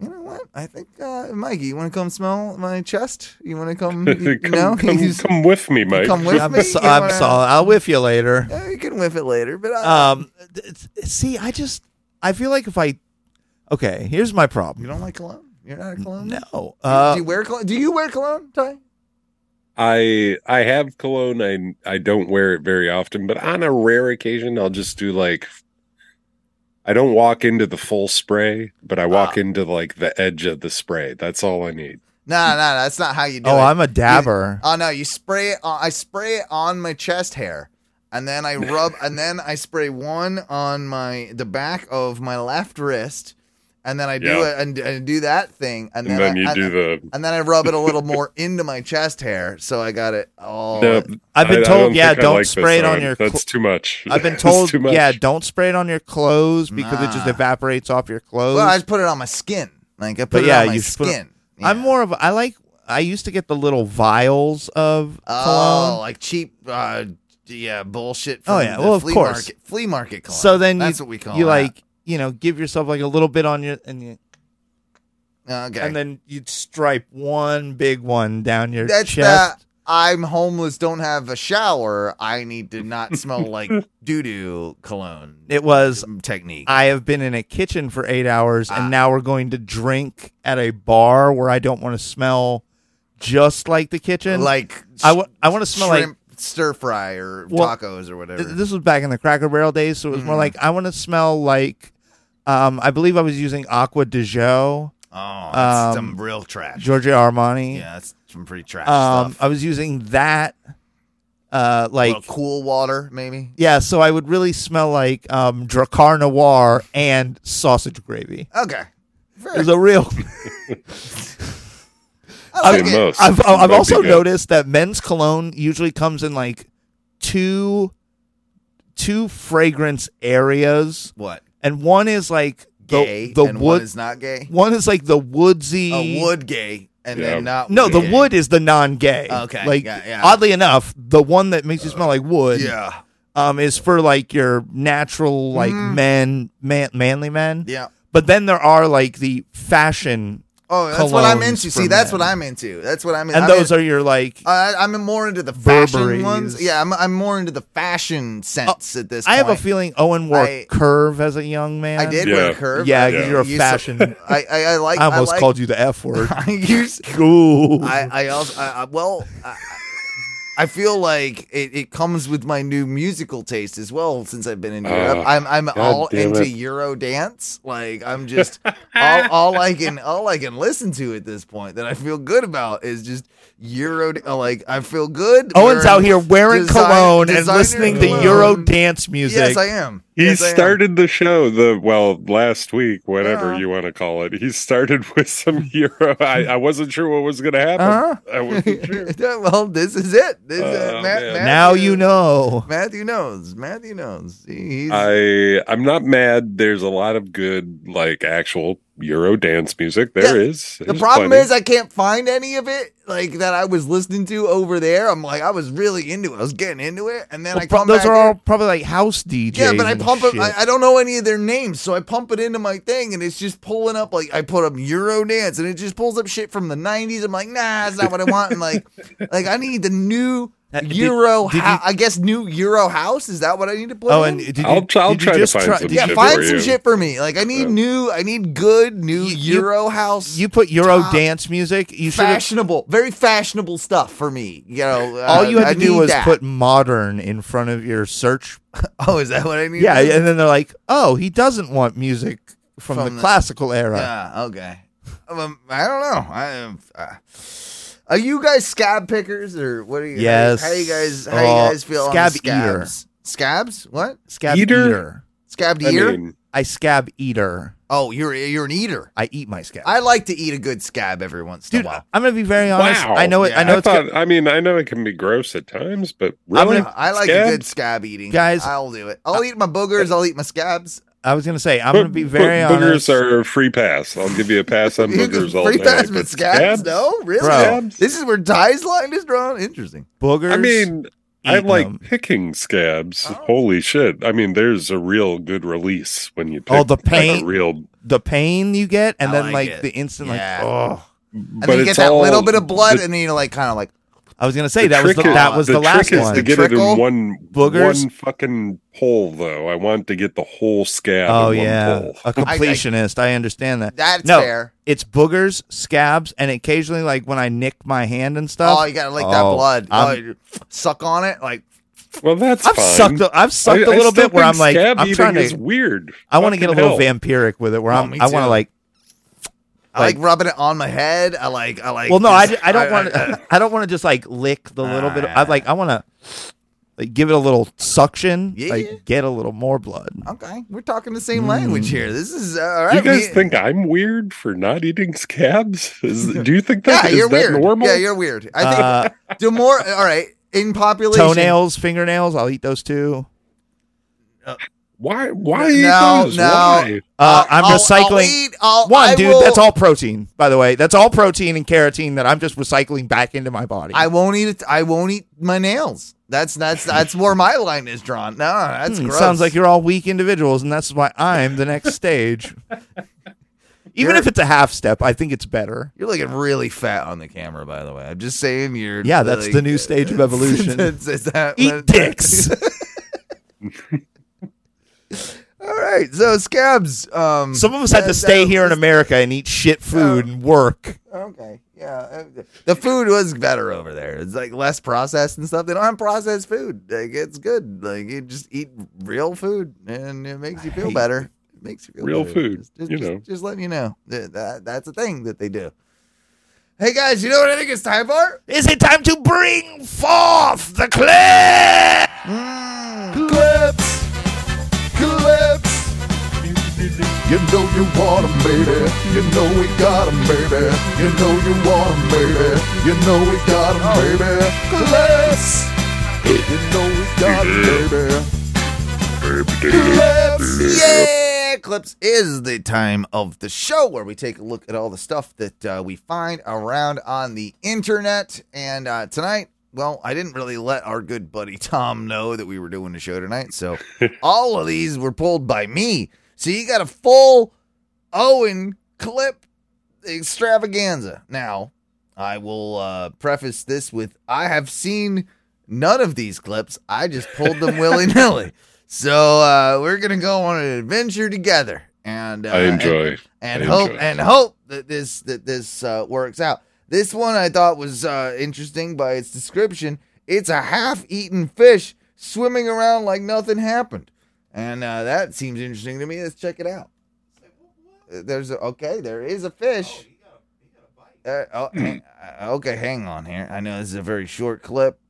Speaker 1: you know what, I think uh, Mikey, you want to come smell my chest? You want to
Speaker 2: [laughs]
Speaker 1: come? You, you
Speaker 2: come,
Speaker 1: know,
Speaker 2: come,
Speaker 1: He's-
Speaker 2: come with me, Mike.
Speaker 1: come with
Speaker 3: I'm,
Speaker 1: me.
Speaker 3: so-
Speaker 1: You
Speaker 3: I'm
Speaker 1: wanna-
Speaker 3: sorry. I'll whiff you later.
Speaker 1: Yeah, you can whiff it later, but uh, I,
Speaker 3: Um, th- th- see, I just I feel like if I okay, here's my
Speaker 1: you
Speaker 3: problem.
Speaker 1: don't like cologne. You're not a cologne.
Speaker 3: No,
Speaker 1: do
Speaker 3: uh,
Speaker 1: you wear cologne? Do you wear cologne, Ty?
Speaker 2: I I have cologne. I I don't wear it very often, but on a rare occasion, I'll just do like. I don't walk into the full spray, but I
Speaker 1: Ah.
Speaker 2: walk into like the edge of the spray. That's all I need.
Speaker 1: No, no, no. That's not how you do
Speaker 3: oh,
Speaker 1: it.
Speaker 3: I'm a dabber.
Speaker 2: [laughs]
Speaker 1: Oh no, you spray it. On, I spray it on my chest hair, and then
Speaker 3: [laughs]
Speaker 1: I rub, and then I spray one on my the back of my left wrist, and then I do
Speaker 2: Yeah.
Speaker 1: it and, and do that thing, and,
Speaker 2: And, then,
Speaker 1: I,
Speaker 2: you
Speaker 1: and,
Speaker 2: do the.
Speaker 1: and then I rub it a little
Speaker 3: [laughs]
Speaker 1: more into my chest hair, so I got it all.
Speaker 2: No,
Speaker 3: I've been
Speaker 2: I- I
Speaker 3: told,
Speaker 2: don't
Speaker 3: yeah,
Speaker 2: think I
Speaker 3: don't
Speaker 2: like this
Speaker 3: spray it on your cl-
Speaker 2: That's too much.
Speaker 3: I've
Speaker 2: [laughs]
Speaker 3: been
Speaker 2: That's
Speaker 3: told,
Speaker 2: too much.
Speaker 3: yeah, don't spray it on your clothes because it just
Speaker 1: Nah.
Speaker 3: evaporates off your clothes.
Speaker 1: Well, I just put it on my skin. Like I put
Speaker 3: But
Speaker 1: it
Speaker 3: yeah,
Speaker 1: on my
Speaker 3: you should put it-
Speaker 1: skin. Yeah.
Speaker 3: I'm more of a- I like I used to get the little vials of
Speaker 1: oh,
Speaker 3: cologne.
Speaker 1: like cheap. uh yeah, bullshit. From
Speaker 3: Oh, yeah,
Speaker 1: the
Speaker 3: well, of
Speaker 1: flea
Speaker 3: course.
Speaker 1: market, flea market cologne.
Speaker 3: So then
Speaker 1: that's
Speaker 3: you,
Speaker 1: what we call
Speaker 3: you
Speaker 1: that.
Speaker 3: like you know give yourself like a little bit on your and you,
Speaker 1: okay.
Speaker 3: and then you'd stripe one big one down your
Speaker 1: That's
Speaker 3: chest.
Speaker 1: the I'm homeless, don't have a shower. I need to
Speaker 3: [laughs]
Speaker 1: not smell like doo doo cologne
Speaker 3: It was
Speaker 1: technique.
Speaker 3: I have been in a kitchen for eight hours,
Speaker 1: Ah.
Speaker 3: and now we're going to drink at a bar where I don't want to smell just like the kitchen.
Speaker 1: like
Speaker 3: I want to smell like
Speaker 1: shrimp stir fry or
Speaker 3: Well,
Speaker 1: tacos or whatever.
Speaker 3: th- this was back in the Cracker Barrel days, so it was more
Speaker 1: Mhm.
Speaker 3: like I want to smell like. Um, I believe I was using Aqua de Jo,
Speaker 1: oh, that's
Speaker 3: um,
Speaker 1: some real trash.
Speaker 3: Giorgio Armani.
Speaker 1: yeah, that's some pretty trash
Speaker 3: um,
Speaker 1: stuff.
Speaker 3: I was using that,
Speaker 1: A
Speaker 3: uh, like
Speaker 1: little cool water, maybe.
Speaker 3: yeah. So I would really smell like um, Dracar Noir and sausage gravy.
Speaker 1: Okay.
Speaker 3: It
Speaker 1: Fair.
Speaker 3: was
Speaker 2: [laughs]
Speaker 3: a real
Speaker 1: I
Speaker 2: Say
Speaker 1: like it.
Speaker 2: most.
Speaker 3: I've,
Speaker 2: That'd
Speaker 3: I've
Speaker 2: be
Speaker 3: also
Speaker 2: good.
Speaker 3: noticed that men's cologne usually comes in like two two fragrance areas,
Speaker 1: What?
Speaker 3: and one is like the
Speaker 1: Gay
Speaker 3: the
Speaker 1: and
Speaker 3: wood.
Speaker 1: one is not gay.
Speaker 3: one is like the woodsy.
Speaker 1: A wood gay and
Speaker 2: Yeah.
Speaker 1: then not
Speaker 3: no, the
Speaker 1: gay.
Speaker 3: wood is the non-gay.
Speaker 1: Okay,
Speaker 3: like
Speaker 1: yeah, yeah.
Speaker 3: oddly enough, the one that makes you smell like wood,
Speaker 1: Yeah.
Speaker 3: um, is for like your natural, like
Speaker 1: Mm.
Speaker 3: men, man, manly men.
Speaker 1: Yeah.
Speaker 3: But then there are like the fashion,
Speaker 1: Oh, that's what I'm
Speaker 3: Colognes
Speaker 1: into.
Speaker 3: for
Speaker 1: See, that's
Speaker 3: men.
Speaker 1: what I'm into. That's what I'm into.
Speaker 3: and those are your like.
Speaker 1: I, I'm more into the fashion
Speaker 3: Burberries. Uh,
Speaker 1: ones. Yeah, I'm, I'm more into the fashion sense at this.
Speaker 3: I have a
Speaker 1: point.
Speaker 3: feeling Owen wore
Speaker 1: I-
Speaker 3: curve as a young man.
Speaker 1: I did wear
Speaker 2: Yeah.
Speaker 1: a curve.
Speaker 3: Yeah,
Speaker 1: I
Speaker 3: 'cause
Speaker 1: did
Speaker 3: you're a
Speaker 1: use-
Speaker 3: fashion.
Speaker 1: [laughs] I, I, I like.
Speaker 3: I almost
Speaker 1: like,
Speaker 3: called you the F
Speaker 1: [laughs]
Speaker 3: word.
Speaker 1: I use.
Speaker 3: Ooh.
Speaker 1: I, I also. I, I, well, I, I feel like it, it comes with my new musical taste as well. Since I've been in Europe,
Speaker 2: Oh,
Speaker 1: I'm I'm all
Speaker 2: damn
Speaker 1: into
Speaker 2: it.
Speaker 1: Euro dance. Like I'm just
Speaker 2: [laughs]
Speaker 1: all, all I can all I can listen to at this point that I feel good about is just Euro. Like I feel good.
Speaker 3: Owen's
Speaker 1: wearing-
Speaker 3: out here wearing
Speaker 1: design-
Speaker 3: cologne and
Speaker 1: designer
Speaker 3: listening to
Speaker 2: cologne.
Speaker 3: Euro dance music.
Speaker 1: Yes, I am.
Speaker 2: He
Speaker 1: Yes, I am. [laughs]
Speaker 2: started the show the well last week, whatever
Speaker 1: Yeah.
Speaker 2: you want to call it. He started [laughs] with some Euro. I, I wasn't sure what was going to happen.
Speaker 1: Uh-huh. [laughs]
Speaker 2: I wasn't sure.
Speaker 1: Yeah, well, this is it. This, uh,
Speaker 2: Oh,
Speaker 1: Matt,
Speaker 2: man.
Speaker 1: Matthew,
Speaker 3: now you know.
Speaker 1: Matthew knows. Matthew knows. He- He's,
Speaker 2: I I'm not mad. There's a lot of good like actual Euro dance music. There
Speaker 1: Yeah.
Speaker 2: is.
Speaker 1: the
Speaker 2: There's
Speaker 1: problem
Speaker 2: plenty.
Speaker 1: is I can't find any of it like that I was listening to over there. I'm like I was really into it. I was getting into it, and then
Speaker 3: Well,
Speaker 1: I
Speaker 3: pro-
Speaker 1: come
Speaker 3: those
Speaker 1: back
Speaker 3: are
Speaker 1: here-
Speaker 3: all probably like house DJs.
Speaker 1: Yeah, but I
Speaker 3: and
Speaker 1: pump
Speaker 3: shit.
Speaker 1: it. I, I don't know any of their names, so I pump it into my thing, and it's just pulling up like I put up Eurodance,
Speaker 3: [laughs]
Speaker 1: and it just pulls up shit from the '90s. I'm like, nah, that's not what I want. And like, like I need the new.
Speaker 3: Uh, did-
Speaker 1: Euro,
Speaker 3: did you-
Speaker 1: hou- I guess new Euro house. Is that what I need to put?
Speaker 3: oh,
Speaker 1: in?
Speaker 3: and did you?
Speaker 2: I'll try- I'll
Speaker 3: did you
Speaker 2: try to
Speaker 3: just
Speaker 2: find some
Speaker 3: did
Speaker 1: yeah,
Speaker 3: you-
Speaker 2: shit
Speaker 1: find
Speaker 2: for
Speaker 1: some
Speaker 2: you.
Speaker 1: shit for me. Like I need
Speaker 2: Yeah.
Speaker 1: new, I need good new
Speaker 3: You- you-
Speaker 1: Euro house.
Speaker 3: You put Euro
Speaker 1: Top
Speaker 3: dance music. You should. have
Speaker 1: fashionable, very fashionable stuff for me. You know, uh,
Speaker 3: All you had
Speaker 1: I
Speaker 3: to do
Speaker 1: need
Speaker 3: was
Speaker 1: that.
Speaker 3: put modern in front of your search.
Speaker 1: [laughs] Oh, is that what I need?
Speaker 3: Yeah,
Speaker 1: to do?
Speaker 3: and then they're like, "Oh, he doesn't want music from,
Speaker 1: From
Speaker 3: the,
Speaker 1: the-
Speaker 3: classical era."
Speaker 1: yeah. Okay. Um, I don't know. I am. Uh, are you guys scab pickers or what are you?
Speaker 3: Yes.
Speaker 1: How, you guys? How
Speaker 3: Oh,
Speaker 1: you guys feel
Speaker 3: scab
Speaker 1: on the scabs? Scabs? What?
Speaker 3: Scab eater.
Speaker 2: Eater?
Speaker 1: Scabbed
Speaker 2: I
Speaker 1: ear?
Speaker 2: mean,
Speaker 3: I scab eater.
Speaker 1: oh, you're you're an eater.
Speaker 3: I eat my scab.
Speaker 1: I like to eat a good scab every once in
Speaker 3: Dude,
Speaker 1: a while.
Speaker 3: I'm gonna be very honest.
Speaker 2: Wow.
Speaker 3: I know it. I
Speaker 1: Yeah,
Speaker 3: know
Speaker 2: I
Speaker 3: it's. good.
Speaker 2: thought. I mean, I know it can be gross at times, but
Speaker 3: I'm
Speaker 2: really,
Speaker 1: Yeah, I like a
Speaker 2: Scabs?
Speaker 1: good scab eating.
Speaker 3: Guys-
Speaker 1: I'll do it. I'll eat my boogers. I'll eat my scabs.
Speaker 3: I was gonna say I'm
Speaker 2: Bo-
Speaker 3: gonna be very
Speaker 2: bo-
Speaker 3: honest.
Speaker 2: Boogers are a free pass. I'll give you a
Speaker 1: [laughs]
Speaker 2: pass on boogers all
Speaker 1: Free
Speaker 2: day.
Speaker 1: pass, but
Speaker 2: but
Speaker 1: scabs? No, really?
Speaker 3: Bro.
Speaker 2: Scabs?
Speaker 1: This is where Ty's line is drawn. Interesting.
Speaker 3: boogers.
Speaker 2: I mean, I
Speaker 3: eating
Speaker 2: like
Speaker 3: them.
Speaker 2: picking scabs.
Speaker 1: Oh.
Speaker 2: Holy shit! I mean, there's a real good release when you pick
Speaker 3: Oh, the
Speaker 2: like, a
Speaker 3: pain.
Speaker 2: real,
Speaker 3: the pain you get, and
Speaker 1: I
Speaker 3: then
Speaker 1: like
Speaker 3: like
Speaker 1: it.
Speaker 3: the instant,
Speaker 1: Yeah.
Speaker 3: like oh.
Speaker 1: And
Speaker 2: but
Speaker 1: then you
Speaker 2: it's
Speaker 1: get that
Speaker 2: all-
Speaker 1: little bit of blood,
Speaker 2: The,
Speaker 1: and then you're like, kind of like,
Speaker 3: I was gonna say
Speaker 2: the
Speaker 3: that was the,
Speaker 2: trick is-
Speaker 3: that was the,
Speaker 2: the
Speaker 3: last
Speaker 2: trick is
Speaker 3: one.
Speaker 2: to get it
Speaker 1: Trickle?
Speaker 2: in one
Speaker 3: Boogers?
Speaker 2: one fucking pull though. I want to get the whole scab.
Speaker 3: oh
Speaker 2: in one
Speaker 3: yeah,
Speaker 2: pull.
Speaker 3: a completionist. I, understand that.
Speaker 1: that's
Speaker 3: no,
Speaker 1: fair.
Speaker 3: it's boogers, scabs, and occasionally like when I nick my hand and stuff.
Speaker 1: Oh, you gotta like that
Speaker 3: Oh,
Speaker 1: blood. Oh,
Speaker 3: I'm-
Speaker 1: you suck on it. Like,
Speaker 2: Well, that's
Speaker 3: I've
Speaker 2: fine.
Speaker 3: sucked. A, I've sucked a
Speaker 2: I- I
Speaker 3: little
Speaker 2: still
Speaker 3: bit where
Speaker 2: think
Speaker 3: I'm like
Speaker 2: scab
Speaker 3: I'm
Speaker 2: eating
Speaker 3: trying
Speaker 2: is
Speaker 3: to.
Speaker 2: weird.
Speaker 3: I want to get a
Speaker 2: Fucking
Speaker 3: little
Speaker 2: hell.
Speaker 3: vampiric with it where
Speaker 1: Oh,
Speaker 3: I'm.
Speaker 1: me
Speaker 3: I want to
Speaker 1: too.
Speaker 3: like.
Speaker 1: I like,
Speaker 3: Like-
Speaker 1: rubbing it on my head. I like, I like.
Speaker 3: Well, no, I, I
Speaker 1: I-
Speaker 3: don't want.
Speaker 1: I-
Speaker 3: to [laughs] I don't want to just like lick the little bit. I
Speaker 1: Ah.
Speaker 3: like. I want to. Like give it a little suction,
Speaker 1: Yeah.
Speaker 3: like get a little more blood.
Speaker 1: okay, we're talking the same
Speaker 3: Mm.
Speaker 1: language here. This is uh, all right.
Speaker 2: Do Hmm. you guys
Speaker 1: we-
Speaker 2: think I'm weird for not eating
Speaker 3: [laughs]
Speaker 2: scabs? Is, do you think that
Speaker 1: yeah,
Speaker 2: is
Speaker 1: you're
Speaker 2: that
Speaker 1: weird.
Speaker 2: normal?
Speaker 1: Yeah, you're weird. I think
Speaker 3: Uh,
Speaker 1: do more. All right, in population,
Speaker 3: toenails, fingernails, I'll eat those too.
Speaker 2: why?
Speaker 1: No,
Speaker 2: Why eat those?
Speaker 1: no.
Speaker 2: Why?
Speaker 3: Uh, I'm
Speaker 1: I'll- I'll
Speaker 3: recycling.
Speaker 1: eat- I'll-
Speaker 3: One,
Speaker 1: I
Speaker 3: dude,
Speaker 1: will-
Speaker 3: that's all protein, by the way. That's all protein and carotene that I'm just recycling back into my body.
Speaker 1: I won't eat. It, I won't eat my nails. That's that's that's where my line is drawn. No, that's
Speaker 3: Hmm,
Speaker 1: gross.
Speaker 3: Sounds like you're all weak individuals, and that's why I'm the next
Speaker 1: [laughs]
Speaker 3: stage. Even
Speaker 1: You're-
Speaker 3: if it's a half step, I think it's better.
Speaker 1: You're looking really fat on the camera, by the way. I'm just saying you're.
Speaker 3: Yeah, that's
Speaker 1: like-
Speaker 3: the new stage
Speaker 1: [laughs]
Speaker 3: of evolution.
Speaker 1: Is- is that
Speaker 3: Eat
Speaker 1: what-
Speaker 3: dicks.
Speaker 1: [laughs]
Speaker 3: [laughs]
Speaker 1: All right, so scabs. Um,
Speaker 3: Some of us had to
Speaker 1: that-
Speaker 3: stay
Speaker 1: that- Oh.
Speaker 3: here in America and eat shit food and work.
Speaker 1: Okay, yeah. uh, The food was better over there. It's like less processed and stuff. They don't have processed food. Like it's good. Like you just eat real food, and it makes you feel
Speaker 3: hate
Speaker 1: better. It makes you feel
Speaker 2: Real
Speaker 1: better.
Speaker 2: food,
Speaker 1: Just, just,
Speaker 2: you
Speaker 1: just-
Speaker 2: know.
Speaker 1: just letting you know that, that that's a thing that they do. Hey guys, you know what I think it's time for?
Speaker 3: Is it time to bring forth the clip?
Speaker 1: Clips, clips. You know you want 'em, baby. You know we got 'em, baby. You know you want 'em, baby. You know we got 'em, baby. Clips. You know we got 'em, baby. Clips. Yeah, clips is the time of the show where we take a look at all the stuff that uh, we find around on the internet. And uh, tonight, well, I didn't really let our good buddy Tom know that we were doing the show tonight, so [laughs] all of these were pulled by me. So you got a full Owen clip extravaganza. Now, I will uh, preface this with I have seen none of these clips. I just pulled
Speaker 2: [laughs]
Speaker 1: them willy nilly. So uh, we're gonna go on an adventure together, and uh,
Speaker 2: I enjoy.
Speaker 1: and, and
Speaker 2: I
Speaker 1: hope
Speaker 2: enjoy.
Speaker 1: and hope that this that this uh, works out. This one I thought was uh, interesting by its description. It's a half-eaten fish swimming around like nothing happened, and uh, that seems interesting to me. Let's check it out. Uh, There's a, okay, there is a fish. Uh, oh, hang- uh, okay, hang on here. I know this is a very short clip.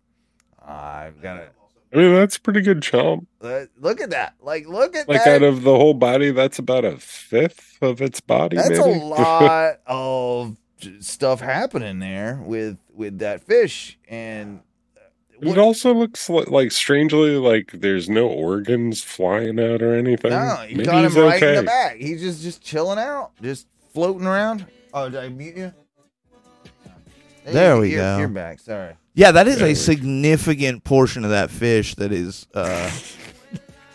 Speaker 1: I've got to
Speaker 2: I mean, that's pretty good chomp.
Speaker 1: uh, look at that. Like, look at
Speaker 2: Like
Speaker 1: that.
Speaker 2: out of the whole body, that's about a fifth of its body.
Speaker 1: That's
Speaker 2: maybe. [laughs]
Speaker 1: a lot of stuff happening there with with that fish, and
Speaker 2: It also looks li- like strangely like there's no organs flying out or anything.
Speaker 1: no, he
Speaker 2: Maybe
Speaker 1: got him
Speaker 2: he's
Speaker 1: right in the
Speaker 2: okay.
Speaker 1: back. He's just just chilling out, just floating around. Oh, did I mute you?
Speaker 3: There
Speaker 1: you-
Speaker 3: we
Speaker 1: you're,
Speaker 3: go.
Speaker 1: You're back. Sorry.
Speaker 3: Yeah, that is
Speaker 2: Very
Speaker 3: a
Speaker 2: weird.
Speaker 3: significant portion of that fish that is uh,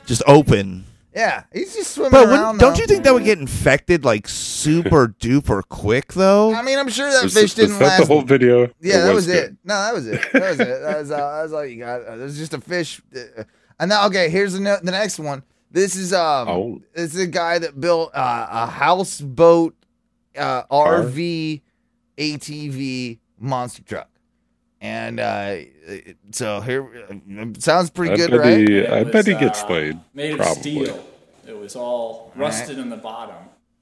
Speaker 3: just open.
Speaker 1: Yeah, he's just swimming around.
Speaker 3: But wouldn't, don't
Speaker 1: though.
Speaker 3: you think that would get infected like super duper quick though?
Speaker 1: I mean, I'm sure that
Speaker 2: Was-
Speaker 1: fish
Speaker 2: was
Speaker 1: didn't
Speaker 2: that
Speaker 1: last.
Speaker 2: the whole video?
Speaker 1: [laughs] yeah, that was,
Speaker 2: good.
Speaker 1: it. No, that was it. That was it. That was, uh, that was all you got. Uh, There's just a fish. Uh, And now, okay, here's the, ne- the next one. This is um,
Speaker 2: Oh,
Speaker 1: this is a guy that built uh, a houseboat, uh, RV, ATV monster truck, and uh, it- so here it sounds pretty
Speaker 2: I
Speaker 1: good,
Speaker 2: bet
Speaker 1: right?
Speaker 2: he,
Speaker 4: It
Speaker 2: I bet he
Speaker 4: was,
Speaker 2: gets
Speaker 4: uh,
Speaker 2: laid.
Speaker 4: Made of
Speaker 2: probably.
Speaker 4: steel. It was all rusted in the bottom.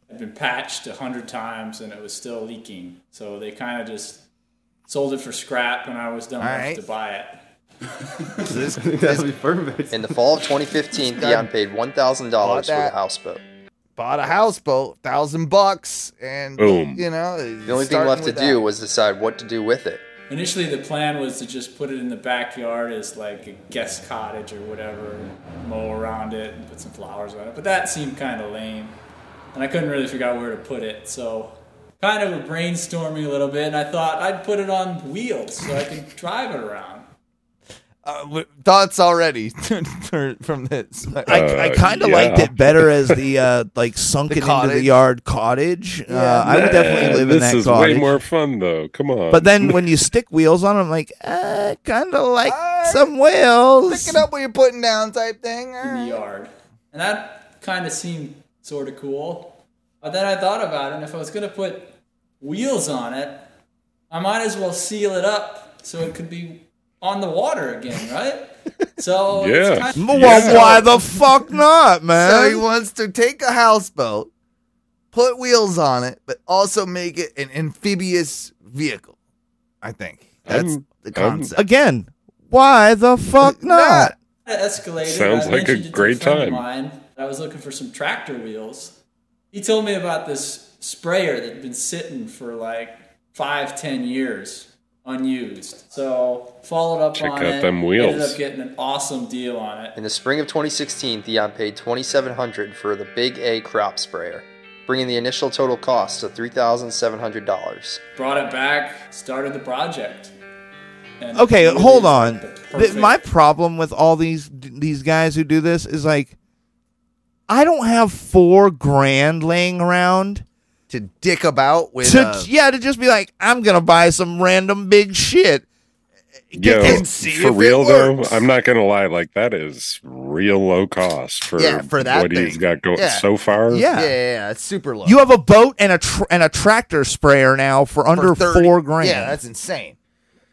Speaker 4: Had been patched a hundred times and it was still leaking. So they kind of just sold it for scrap, and I was dumb
Speaker 1: All
Speaker 4: enough
Speaker 1: right.
Speaker 4: to buy it.
Speaker 1: This-
Speaker 5: That'd be perfect.
Speaker 6: In the fall of 2015, Dion paid $1,000 for the
Speaker 1: that.
Speaker 6: houseboat.
Speaker 1: bought a houseboat, thousand bucks, and
Speaker 2: Boom.
Speaker 1: You know,
Speaker 6: The only thing left to do was decide what to do with it.
Speaker 4: Initially, the plan was to just put it in the backyard as like a guest cottage or whatever, and mow around it and put some flowers on it. But that seemed kind of lame, and I couldn't really figure out where to put it. So, kind of were brainstorming a little bit, and I thought I'd put it on wheels so I could drive it around.
Speaker 1: Uh, w- thoughts already [laughs] from this.
Speaker 3: I, I
Speaker 2: Uh,
Speaker 3: kind of
Speaker 2: yeah.
Speaker 3: liked it better
Speaker 2: [laughs]
Speaker 3: as the uh, like sunken into the
Speaker 1: cottage.
Speaker 3: yard cottage. Uh, I would
Speaker 2: Eh,
Speaker 3: definitely live in
Speaker 2: this
Speaker 3: that
Speaker 2: is
Speaker 3: cottage.
Speaker 2: way more fun though. Come on.
Speaker 3: but then when you stick wheels on, I'm like, uh, kind of like
Speaker 1: Alright.
Speaker 3: some wheels.
Speaker 1: Picking up what you're putting down, type thing. All
Speaker 4: in the
Speaker 1: right.
Speaker 4: yard. And that kind of seemed sort of cool. But then I thought about it, and if I was going to put wheels on it, I might as well seal it up so it could be on the water again, right? So it's
Speaker 2: Yeah.
Speaker 4: kind of-
Speaker 3: Well,
Speaker 2: Yeah.
Speaker 3: why the fuck not,
Speaker 1: So
Speaker 3: man?
Speaker 1: he wants to take a houseboat, put wheels on it, but also make it an amphibious vehicle. I think that's
Speaker 2: I'm-
Speaker 1: the
Speaker 2: I'm-
Speaker 1: concept.
Speaker 3: Again, why the fuck not?
Speaker 4: It escalated.
Speaker 2: Sounds
Speaker 4: I
Speaker 2: like a
Speaker 4: mentioned it to
Speaker 2: great
Speaker 4: friend of
Speaker 2: time.
Speaker 4: mine. I was looking for some tractor wheels. He told me about this sprayer that had been sitting for like five, ten years unused. So followed up
Speaker 2: Check
Speaker 4: on
Speaker 2: out
Speaker 4: it.
Speaker 2: them wheels.
Speaker 4: Ended up getting an awesome deal on it.
Speaker 6: In the spring of 2016, Dion paid 2700 for the Big A crop sprayer, bringing the initial total cost to $3,700.
Speaker 4: Brought it back. Started the project. And
Speaker 3: Okay,
Speaker 4: really
Speaker 3: hold on.
Speaker 4: the
Speaker 3: Th-
Speaker 4: perfect-
Speaker 3: my problem with all these these guys who do this is like, I don't have four grand laying around.
Speaker 1: To dick about with
Speaker 3: to
Speaker 1: uh,
Speaker 3: yeah to just be like I'm gonna buy some random big shit.
Speaker 2: Yo,
Speaker 1: and see
Speaker 2: for
Speaker 1: if it
Speaker 2: real though,
Speaker 1: works.
Speaker 2: I'm not gonna lie. Like that is real low cost for,
Speaker 1: Yeah, for that
Speaker 2: what he's
Speaker 1: thing.
Speaker 2: got going
Speaker 1: Yeah.
Speaker 2: so far.
Speaker 1: yeah,
Speaker 3: Yeah.
Speaker 1: yeah, yeah, it's super low.
Speaker 3: You have a boat and a tr- and a tractor sprayer now for,
Speaker 1: For
Speaker 3: under
Speaker 1: 30.
Speaker 3: four grand.
Speaker 1: Yeah, that's insane.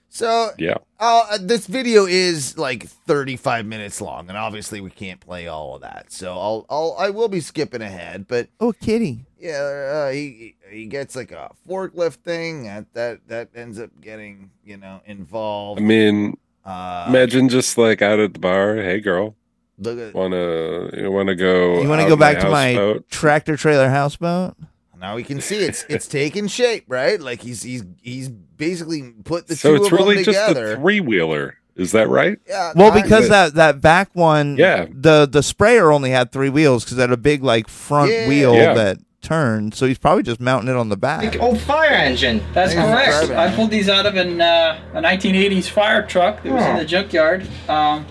Speaker 1: So
Speaker 2: Yeah.
Speaker 1: uh, this video is like 35 minutes long, and obviously we can't play all of that. So I'll, I'll I will be skipping ahead, but
Speaker 3: oh kitty.
Speaker 1: yeah, uh, he he gets like a forklift thing that that that ends up getting you know
Speaker 2: I
Speaker 1: involved.
Speaker 2: mean,
Speaker 1: Uh,
Speaker 2: imagine just like out at the bar. Hey, girl,
Speaker 1: look at
Speaker 2: wanna you wanna go?
Speaker 3: You want to
Speaker 2: out
Speaker 3: go
Speaker 2: in
Speaker 3: back
Speaker 2: the
Speaker 3: to my
Speaker 2: houseboat?
Speaker 3: tractor trailer houseboat?
Speaker 1: now we can see it's it's taking shape, right? Like he's he's he's basically put the
Speaker 2: So
Speaker 1: two of
Speaker 2: it's really
Speaker 1: them
Speaker 2: just
Speaker 1: together.
Speaker 2: a three wheeler. Is that right?
Speaker 1: yeah,
Speaker 3: Well,
Speaker 1: I-
Speaker 3: because that that back one,
Speaker 2: Yeah.
Speaker 3: the the sprayer only had three wheels because it had a big like front
Speaker 1: Yeah.
Speaker 3: wheel
Speaker 2: Yeah.
Speaker 3: that turned. So he's probably just mounting it on the back.
Speaker 1: oh
Speaker 7: old fire engine.
Speaker 8: That's
Speaker 1: Yeah,
Speaker 8: correct.
Speaker 1: driving.
Speaker 8: I pulled these out of an uh, a 1980s fire truck that was in the junkyard, um,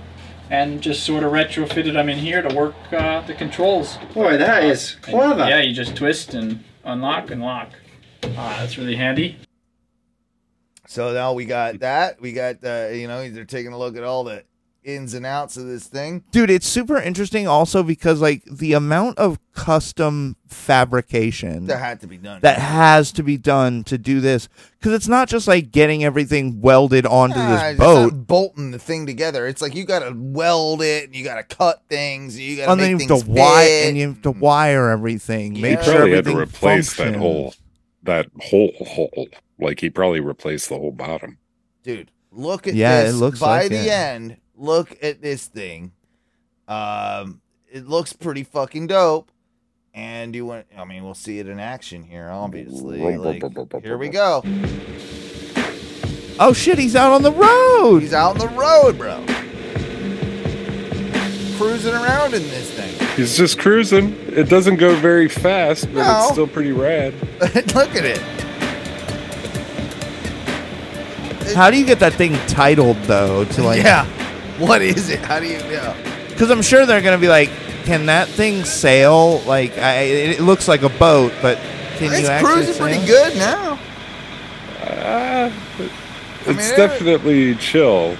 Speaker 8: and just sort of retrofitted them in here to work uh, the controls.
Speaker 7: Boy, that is
Speaker 8: And,
Speaker 7: clever.
Speaker 8: yeah, you just twist and unlock and lock. Ah, that's really handy.
Speaker 1: So now we got that. We got uh, you know they're taking a look at all the ins and outs of this thing.
Speaker 3: Dude, it's super interesting also because like the amount of custom fabrication
Speaker 1: That had to be done.
Speaker 3: that has to be done to do this because it's not just like getting everything welded onto
Speaker 1: Ah,
Speaker 3: this
Speaker 1: it's
Speaker 3: boat
Speaker 1: not bolting the thing together. It's like you got to weld it, and you got to cut things, and you got to
Speaker 3: and
Speaker 1: make
Speaker 3: then you
Speaker 1: things
Speaker 3: have to wire
Speaker 1: fit.
Speaker 3: and you have to wire everything
Speaker 1: Yeah.
Speaker 3: make
Speaker 1: You
Speaker 3: sure
Speaker 2: Probably had
Speaker 3: everything
Speaker 2: to replace that
Speaker 3: functions.
Speaker 2: whole that whole hole. Like he probably replaced the whole bottom.
Speaker 1: dude look at
Speaker 3: Yeah,
Speaker 1: this
Speaker 3: it looks
Speaker 1: by
Speaker 3: like
Speaker 1: the
Speaker 3: it.
Speaker 1: end look at this thing um it looks pretty fucking dope and you want i mean we'll see it in action here obviously like, here we go
Speaker 3: oh shit he's out on the road
Speaker 1: he's out on the road bro cruising around in this thing [laughs]
Speaker 2: He's just cruising. It doesn't go very fast, but
Speaker 1: No.
Speaker 2: it's still pretty rad.
Speaker 1: look at it
Speaker 3: how do you get that thing titled though to like
Speaker 1: yeah what is it how do you know
Speaker 3: because i'm sure they're gonna be like can that thing sail? Like, I, it it looks like a boat, but can you
Speaker 1: It's
Speaker 3: actually
Speaker 1: cruising pretty
Speaker 3: sail?
Speaker 1: good now.
Speaker 2: Uh, it's
Speaker 1: mean, it-
Speaker 2: definitely chill.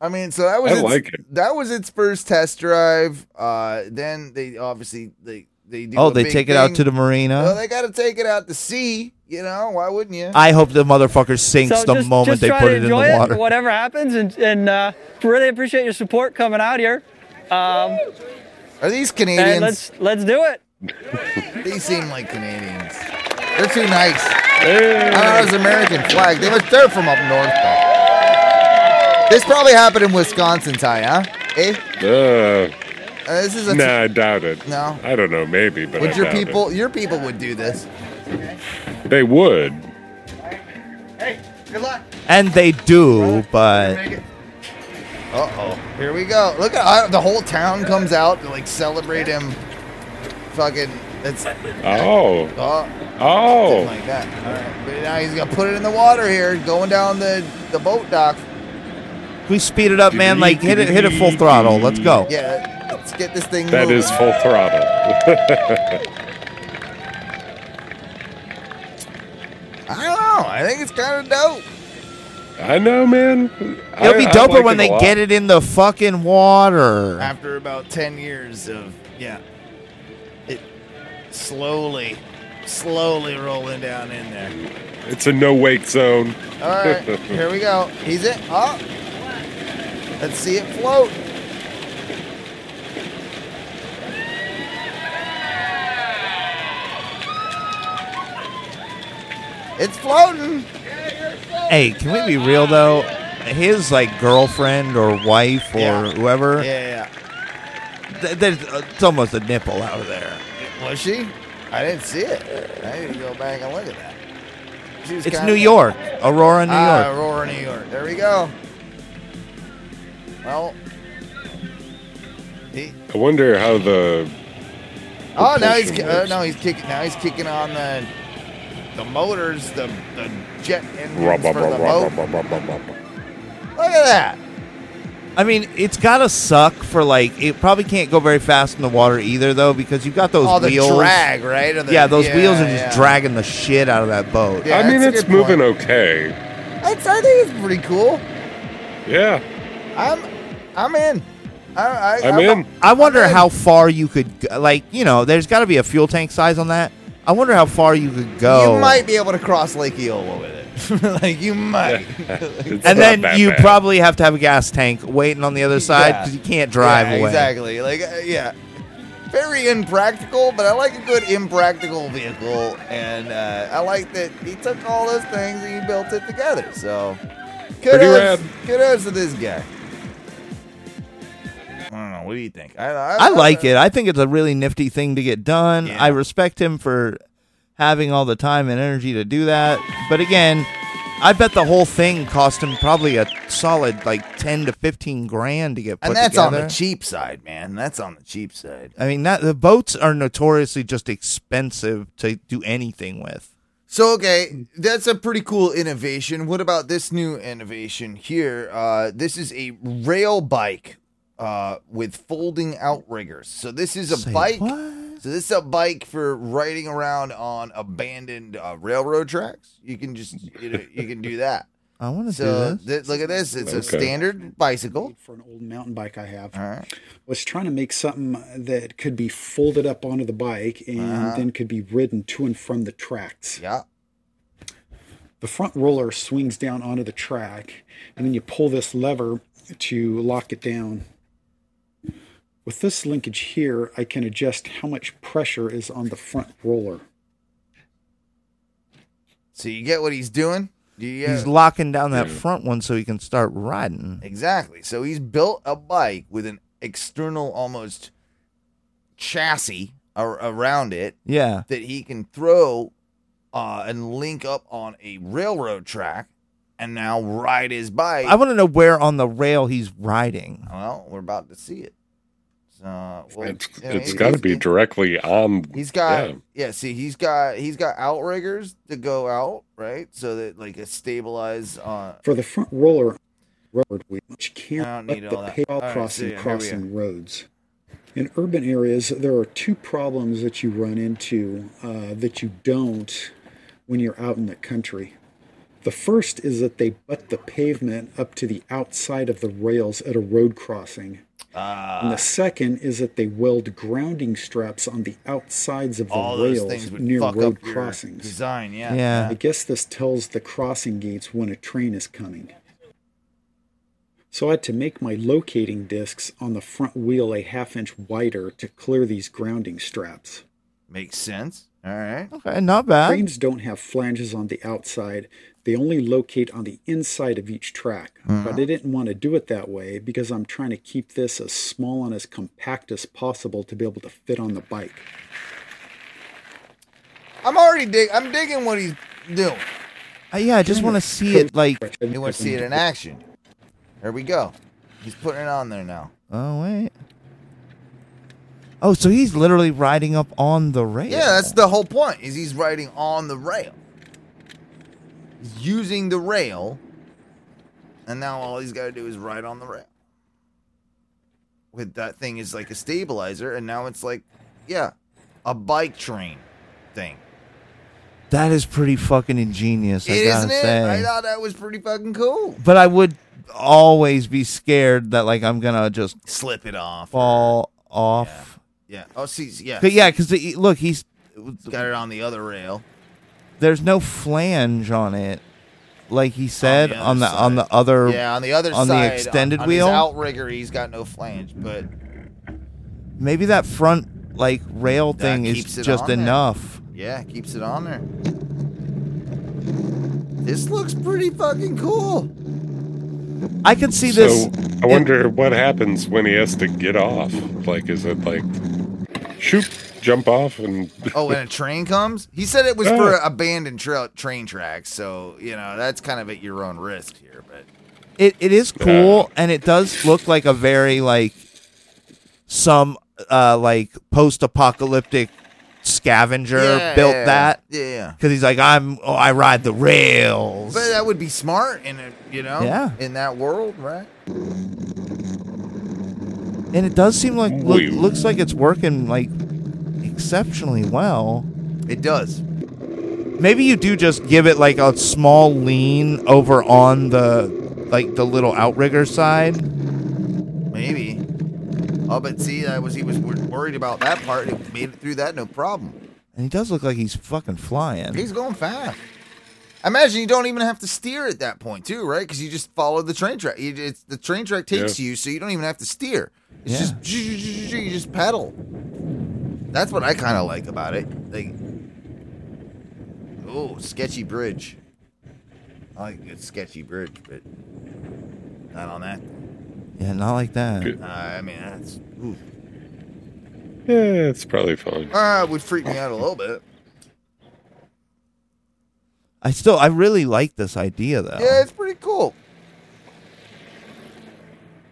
Speaker 1: I mean, so that was
Speaker 2: I
Speaker 1: its,
Speaker 2: like it.
Speaker 1: That was its first test drive. Uh, then they obviously they they do
Speaker 3: Oh,
Speaker 1: a
Speaker 3: they
Speaker 1: big
Speaker 3: take it out
Speaker 1: thing.
Speaker 3: to the marina.
Speaker 1: Well, they got to take it out to sea. You know, why wouldn't you?
Speaker 3: I hope the motherfucker sinks
Speaker 5: So
Speaker 3: the
Speaker 5: just,
Speaker 3: moment
Speaker 5: just
Speaker 3: they
Speaker 5: try
Speaker 3: put
Speaker 5: to
Speaker 3: it in the
Speaker 5: enjoy
Speaker 3: water.
Speaker 5: whatever happens, and, and uh, really appreciate your support coming out here.
Speaker 1: Are these
Speaker 5: And
Speaker 1: Canadians?
Speaker 5: let's let's do it.
Speaker 1: They seem like Canadians. They're too nice.
Speaker 2: Eh,
Speaker 1: I don't know, it's American flag. They must, they're from up north. Though. This probably happened in Wisconsin, Ty, huh? Eh?
Speaker 2: Uh,
Speaker 1: Uh, this is a
Speaker 2: nah, I doubt it.
Speaker 1: No?
Speaker 2: I don't know. Maybe, but
Speaker 1: Would
Speaker 2: I
Speaker 1: your
Speaker 2: doubt it.
Speaker 1: people, your people would do this?
Speaker 2: They would.
Speaker 3: and they do, but
Speaker 1: Uh oh. Here we go. Look at I, the whole town comes out to like celebrate him. Fucking. It's
Speaker 2: Oh,
Speaker 1: oh, something
Speaker 2: oh,
Speaker 1: like that. All right, but now he's gonna put it in the water here, going down the the boat dock.
Speaker 3: we speed it up, man. Like hit it, hit it full throttle. Let's go.
Speaker 1: Yeah, let's get this thing.
Speaker 2: that
Speaker 1: moving.
Speaker 2: is full throttle.
Speaker 1: I don't know. I think it's kind of dope.
Speaker 2: I know, man.
Speaker 3: It'll be doper when they get it in the fucking water.
Speaker 1: After about ten years of yeah, it slowly, slowly rolling down in there.
Speaker 2: It's a no wake zone.
Speaker 1: All
Speaker 3: [laughs]
Speaker 1: right, here we go. He's it. Oh, let's see it float. It's floating.
Speaker 3: Hey, can we be real though? His like girlfriend or wife or
Speaker 1: Yeah.
Speaker 3: whoever,
Speaker 1: Yeah,
Speaker 3: th- there's uh, it's almost a nipple out of there.
Speaker 1: yeah. Was she? I didn't see it. I need to go back and look at that. She was
Speaker 3: It's
Speaker 1: kinda-
Speaker 3: New York, Aurora, New
Speaker 1: ah,
Speaker 3: York.
Speaker 1: Aurora, New York. There we go. Well. He,
Speaker 2: I wonder how the.
Speaker 1: Oh, now he's
Speaker 2: propulsion
Speaker 1: uh,
Speaker 2: works.
Speaker 1: no, he's kicking. Now he's kicking on the the motors, the the jet
Speaker 2: Rub,
Speaker 1: engines for
Speaker 2: rub,
Speaker 1: the
Speaker 2: rub, rub,
Speaker 1: boat.
Speaker 2: rub, rub, rub, rub.
Speaker 1: Look at that!
Speaker 3: I mean, it's gotta suck for like it probably can't go very fast in the water either though because you've got those
Speaker 1: All Oh, the
Speaker 3: wheels.
Speaker 1: drag, right? Of the-
Speaker 3: yeah, those wheels are just
Speaker 1: yeah.
Speaker 3: dragging the shit out of that boat.
Speaker 1: Yeah,
Speaker 2: I mean,
Speaker 1: that's a
Speaker 2: it's
Speaker 1: good point.
Speaker 2: moving okay.
Speaker 1: That's, I think it's pretty cool. [laughs]
Speaker 2: Yeah,
Speaker 1: I'm I'm in. I, I,
Speaker 2: I'm in.
Speaker 3: I wonder
Speaker 1: I mean-
Speaker 3: how far you could go. like you know there's got to be a fuel tank size on that. I wonder how far you could go.
Speaker 1: You might be able to cross Lake Eola with it. [laughs] like you
Speaker 2: [laughs]
Speaker 1: might.
Speaker 2: It's
Speaker 3: and
Speaker 2: not
Speaker 3: then
Speaker 2: that
Speaker 3: you
Speaker 2: bad.
Speaker 3: probably have to have a gas tank waiting on the other side
Speaker 1: Yeah.
Speaker 3: because you can't drive
Speaker 1: Yeah,
Speaker 3: away.
Speaker 1: Exactly. Like uh, yeah. Very impractical, but I like a good impractical vehicle, and uh, I like that he took all those things and he built it together. So, kudos,
Speaker 2: rad.
Speaker 1: kudos to this guy. I don't know. What do you think? I,
Speaker 3: I like it. I think it's a really nifty thing to get done.
Speaker 1: Yeah.
Speaker 3: I respect him for having all the time and energy to do that. But again, I bet the whole thing cost him probably a solid like ten to fifteen grand to get put
Speaker 1: and that's on
Speaker 3: together.
Speaker 1: the cheap side, man. That's on the cheap side.
Speaker 3: I mean, that, the boats are notoriously just expensive to do anything with.
Speaker 1: So okay, that's a pretty cool innovation. What about this new innovation here? Uh, this is a rail bike uh, with folding outriggers. So this is a
Speaker 3: Say
Speaker 1: bike.
Speaker 3: what?
Speaker 1: So this is a bike for riding around on abandoned uh, railroad tracks. You can just you, know, you can do
Speaker 3: [laughs]
Speaker 1: that.
Speaker 3: I want to
Speaker 1: So
Speaker 3: do this.
Speaker 1: th- look at this. It's a
Speaker 2: Okay.
Speaker 1: standard bicycle.
Speaker 9: for an old mountain bike I have.
Speaker 1: All right.
Speaker 9: Was trying to make something that could be folded up onto the bike and
Speaker 1: Uh-huh.
Speaker 9: then could be ridden to and from the tracks.
Speaker 1: Yeah.
Speaker 9: The front roller swings down onto the track, and then you pull this lever to lock it down. With this linkage here, I can adjust how much pressure is on the front roller.
Speaker 1: So you get what he's doing. Do you
Speaker 3: He's
Speaker 1: get-
Speaker 3: locking down that front one so he can start riding.
Speaker 1: Exactly. So he's built a bike with an external almost chassis ar- around it
Speaker 3: Yeah.
Speaker 1: that he can throw uh, and link up on a railroad track and now ride his bike.
Speaker 3: I want to know where on the rail he's riding.
Speaker 1: well, we're about to see it. So well,
Speaker 2: It's,
Speaker 1: I mean,
Speaker 2: it's got to
Speaker 1: he's-
Speaker 2: be directly um, on.
Speaker 1: He's got
Speaker 2: Yeah.
Speaker 1: yeah. See, he's got he's got outriggers to go out right, so that like it stabilize uh, on.
Speaker 9: For the front roller, rubber wheel, which
Speaker 1: I don't
Speaker 9: can't
Speaker 1: need
Speaker 9: let
Speaker 1: all
Speaker 9: the
Speaker 1: that. All
Speaker 9: parallel
Speaker 1: right,
Speaker 9: crossing
Speaker 1: see ya. Here we
Speaker 9: crossing roads. In urban areas, there are two problems that you run into uh, that you don't when you're out in the country. The first is that they butt the pavement up to the outside of the rails at a road crossing.
Speaker 1: Ah.
Speaker 9: and the second is that they weld grounding straps on the outsides of the
Speaker 1: All those things
Speaker 9: rails
Speaker 1: would
Speaker 9: near
Speaker 1: fuck
Speaker 9: road
Speaker 1: up your
Speaker 9: crossings.
Speaker 1: design. Yeah.
Speaker 3: Yeah.
Speaker 9: I guess this tells the crossing gates when a train is coming. So I had to make my locating discs on the front wheel a half inch wider to clear these grounding straps.
Speaker 1: Makes sense. All right.
Speaker 3: Okay, not bad.
Speaker 9: Trains don't have flanges on the outside. They only locate on the inside of each track.
Speaker 1: Mm-hmm.
Speaker 9: But I didn't want to do it that way because I'm trying to keep this as small and as compact as possible to be able to fit on the bike.
Speaker 1: I'm already dig. I'm digging what he's doing.
Speaker 3: Uh, yeah, I just want to see it like.
Speaker 1: You want to see it in action. There we go. He's putting it on there now.
Speaker 3: Oh wait. Oh, so he's literally riding up on the rail.
Speaker 1: Yeah, that's the whole point. Is he's riding on the rail, he's using the rail, and now all he's got to do is ride on the rail. With that thing is like a stabilizer, and now it's like, yeah, a bike train thing.
Speaker 3: that is pretty fucking ingenious. I
Speaker 1: It
Speaker 3: gotta
Speaker 1: isn't it?
Speaker 3: say.
Speaker 1: I thought that was pretty fucking cool.
Speaker 3: but I would always be scared that like I'm gonna just
Speaker 1: Slip it off.
Speaker 3: fall off.
Speaker 1: Yeah. Oh, see, yeah.
Speaker 3: But yeah, because look, he's
Speaker 1: Got it on the other rail.
Speaker 3: there's no flange on it, like he said
Speaker 1: other
Speaker 3: on the
Speaker 1: side.
Speaker 3: on the other.
Speaker 1: Yeah, on the other
Speaker 3: on the
Speaker 1: side,
Speaker 3: extended
Speaker 1: on, on his
Speaker 3: wheel?
Speaker 1: outrigger, he's got no flange, but
Speaker 3: Maybe that front like rail
Speaker 1: That
Speaker 3: thing is
Speaker 1: keeps it
Speaker 3: just
Speaker 1: on there.
Speaker 3: enough.
Speaker 1: yeah, keeps it on there. This looks pretty fucking cool.
Speaker 3: I could see
Speaker 2: So
Speaker 3: this.
Speaker 2: I wonder what happens when he has to get off. Like, is it like shoot, jump off, and [laughs]
Speaker 1: Oh, and a train comes. He said it was
Speaker 2: Oh.
Speaker 1: for abandoned tra- train tracks, so you know that's kind of at your own risk here. But
Speaker 3: It it is cool, and it does look like a very like some uh like post apocalyptic scavenger
Speaker 1: Yeah,
Speaker 3: built
Speaker 1: yeah,
Speaker 3: that
Speaker 1: yeah, yeah.
Speaker 3: because he's like I'm oh, I ride the rails.
Speaker 1: But that would be smart, in a, you know,
Speaker 3: Yeah.
Speaker 1: in that world, right?
Speaker 3: and it does seem like look,
Speaker 2: Whew.
Speaker 3: looks like it's working like exceptionally well.
Speaker 1: It does.
Speaker 3: Maybe you do just give it like a small lean over on the like the little outrigger side.
Speaker 1: Maybe. Oh, but see, that was he was wor- worried about that part. He made it through that, no problem.
Speaker 3: And he does look like he's fucking flying.
Speaker 1: He's going fast. I imagine you don't even have to steer at that point, too, right? Because you just follow the train track. You, it's, the train track takes you, so you don't even have to steer. It's
Speaker 3: Yeah.
Speaker 1: just you just pedal. That's what I kind of like about it. Like, oh, sketchy bridge. I like a good sketchy bridge, but not on that.
Speaker 3: Yeah, not like that.
Speaker 2: Good.
Speaker 1: Uh, I mean, that's ooh.
Speaker 2: yeah, eh, it's probably fine.
Speaker 1: Uh, it would freak me out a little bit.
Speaker 3: I still I really like this idea though.
Speaker 1: Yeah, it's pretty cool.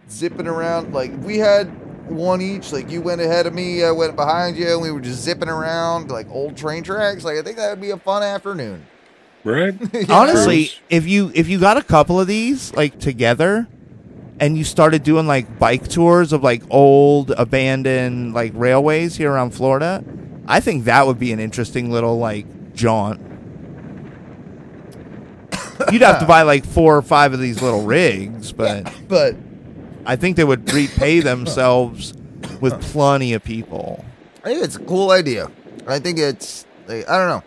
Speaker 1: Zipping around like we had one each. Like you went ahead of me, I went behind you, and we were just zipping around like old train tracks. Like I think that would be a fun afternoon. [laughs]
Speaker 2: Right?
Speaker 3: Honestly,
Speaker 2: Cruise.
Speaker 3: if you if you got a couple of these like together and you started doing like bike tours of like old abandoned like railways here around Florida, I think that would be an interesting little like jaunt. You'd have to buy like four or five of these little rigs, but
Speaker 1: But
Speaker 3: I think they would repay themselves with plenty of people.
Speaker 1: I think it's a cool idea. I think it's like I don't know.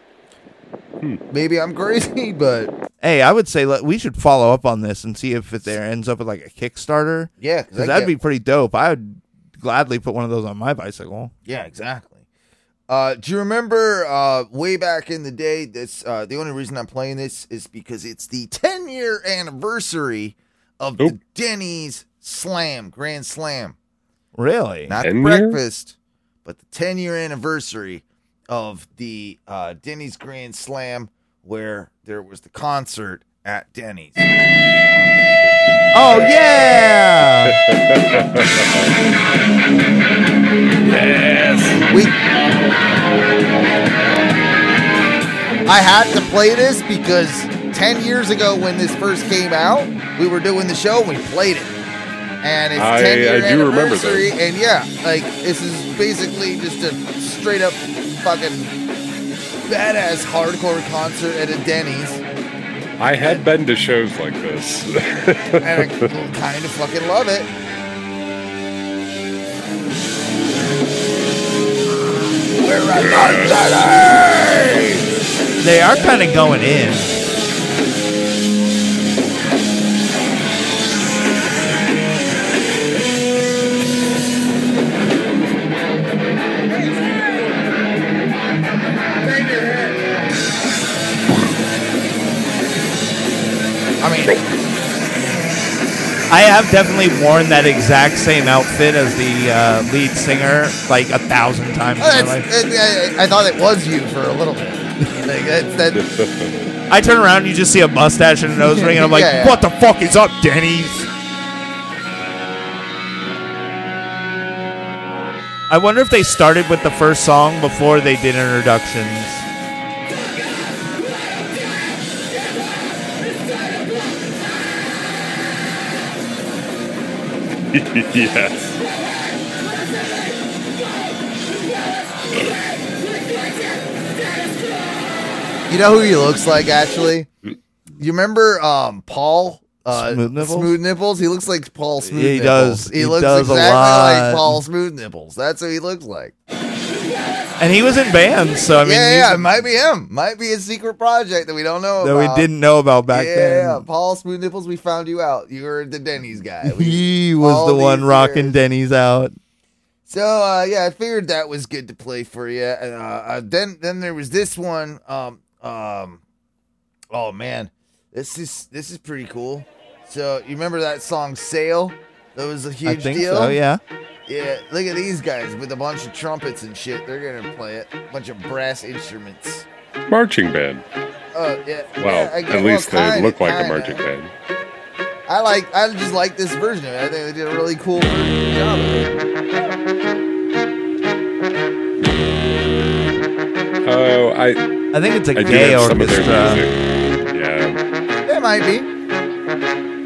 Speaker 3: Hmm.
Speaker 1: Maybe I'm [laughs] crazy, but
Speaker 3: Hey, I would say let, we should follow up on this and see if it there ends up with like a Kickstarter.
Speaker 1: yeah,
Speaker 3: Because that'd be pretty dope. I would gladly put one of those on my bicycle.
Speaker 1: Yeah, exactly. Uh, do you remember uh, way back in the day? This uh, the only reason I'm playing this is because it's the 10 year anniversary of the
Speaker 2: Oop.
Speaker 1: Denny's Slam Grand Slam,
Speaker 3: Really?
Speaker 1: not the
Speaker 2: 10 year?
Speaker 1: breakfast, but the 10 year anniversary of the uh, Denny's Grand Slam, where there was the concert at Denny's.
Speaker 3: oh yeah!
Speaker 1: We. I had to play this because 10 years ago when this first came out, we were doing the show and we played it. and it's
Speaker 2: I-
Speaker 1: 10 year
Speaker 2: I do remember
Speaker 1: anniversary.
Speaker 2: those.
Speaker 1: And yeah, like this is basically just a straight up fucking badass hardcore concert at a Denny's,
Speaker 2: I had been to shows like this. [laughs]
Speaker 1: and I kind of fucking love it.
Speaker 3: They are kind of going in.
Speaker 1: I mean,
Speaker 3: I have definitely worn that exact same outfit as the uh, lead singer like a thousand times in my life.
Speaker 1: that's, I, I- I thought Oh, it was you for a little bit. Like that, that
Speaker 3: I turn around and you just see a mustache and a nose ring, and I'm like,
Speaker 1: [laughs] Yeah, yeah.
Speaker 3: "What the fuck is up, Denny's?" I wonder if they started with the first song before they did introductions.
Speaker 2: yes.
Speaker 1: You know who he looks like, actually? You remember um, Paul? Uh,
Speaker 3: Smooth Nipples?
Speaker 1: Smooth Nipples? He looks like Paul Smooth
Speaker 3: he
Speaker 1: Nipples.
Speaker 3: does.
Speaker 1: He,
Speaker 3: He
Speaker 1: looks
Speaker 3: does a
Speaker 1: exactly
Speaker 3: lot.
Speaker 1: like Paul Smooth Nipples. That's who he looks like.
Speaker 3: And he was in bands, so I mean,
Speaker 1: yeah,
Speaker 3: he's-
Speaker 1: yeah, it might be him. Might be a secret project that we don't know
Speaker 3: that
Speaker 1: about.
Speaker 3: we didn't know about back
Speaker 1: yeah,
Speaker 3: then.
Speaker 1: yeah, Paul Smooth Nipples, we found you out. You were the Denny's guy. We-
Speaker 3: [laughs] He was
Speaker 1: all
Speaker 3: the
Speaker 1: these
Speaker 3: one rocking
Speaker 1: years.
Speaker 3: Denny's out.
Speaker 1: So uh, yeah, I figured that was good to play for you. And, uh, uh, then then there was this one. Um, um, oh man, this is this is pretty cool. So you remember that song "Sail"? That was a huge
Speaker 3: I think
Speaker 1: deal.
Speaker 3: so. Yeah.
Speaker 1: Yeah, Look at these guys with a bunch of trumpets and shit. They're gonna play it. bunch of brass instruments.
Speaker 2: Marching band.
Speaker 1: Oh yeah.
Speaker 2: Well,
Speaker 1: yeah, I guess-
Speaker 2: at least
Speaker 1: well,
Speaker 2: they
Speaker 1: kinda,
Speaker 2: look like a
Speaker 1: kinda.
Speaker 2: marching band.
Speaker 1: I like. I just like this version of it. I think they did a really cool version job. Of it.
Speaker 2: Oh, I, I
Speaker 3: I think it's a
Speaker 2: do
Speaker 3: gay
Speaker 2: have some of
Speaker 3: orchestra.
Speaker 2: their music. Yeah.
Speaker 1: It might be.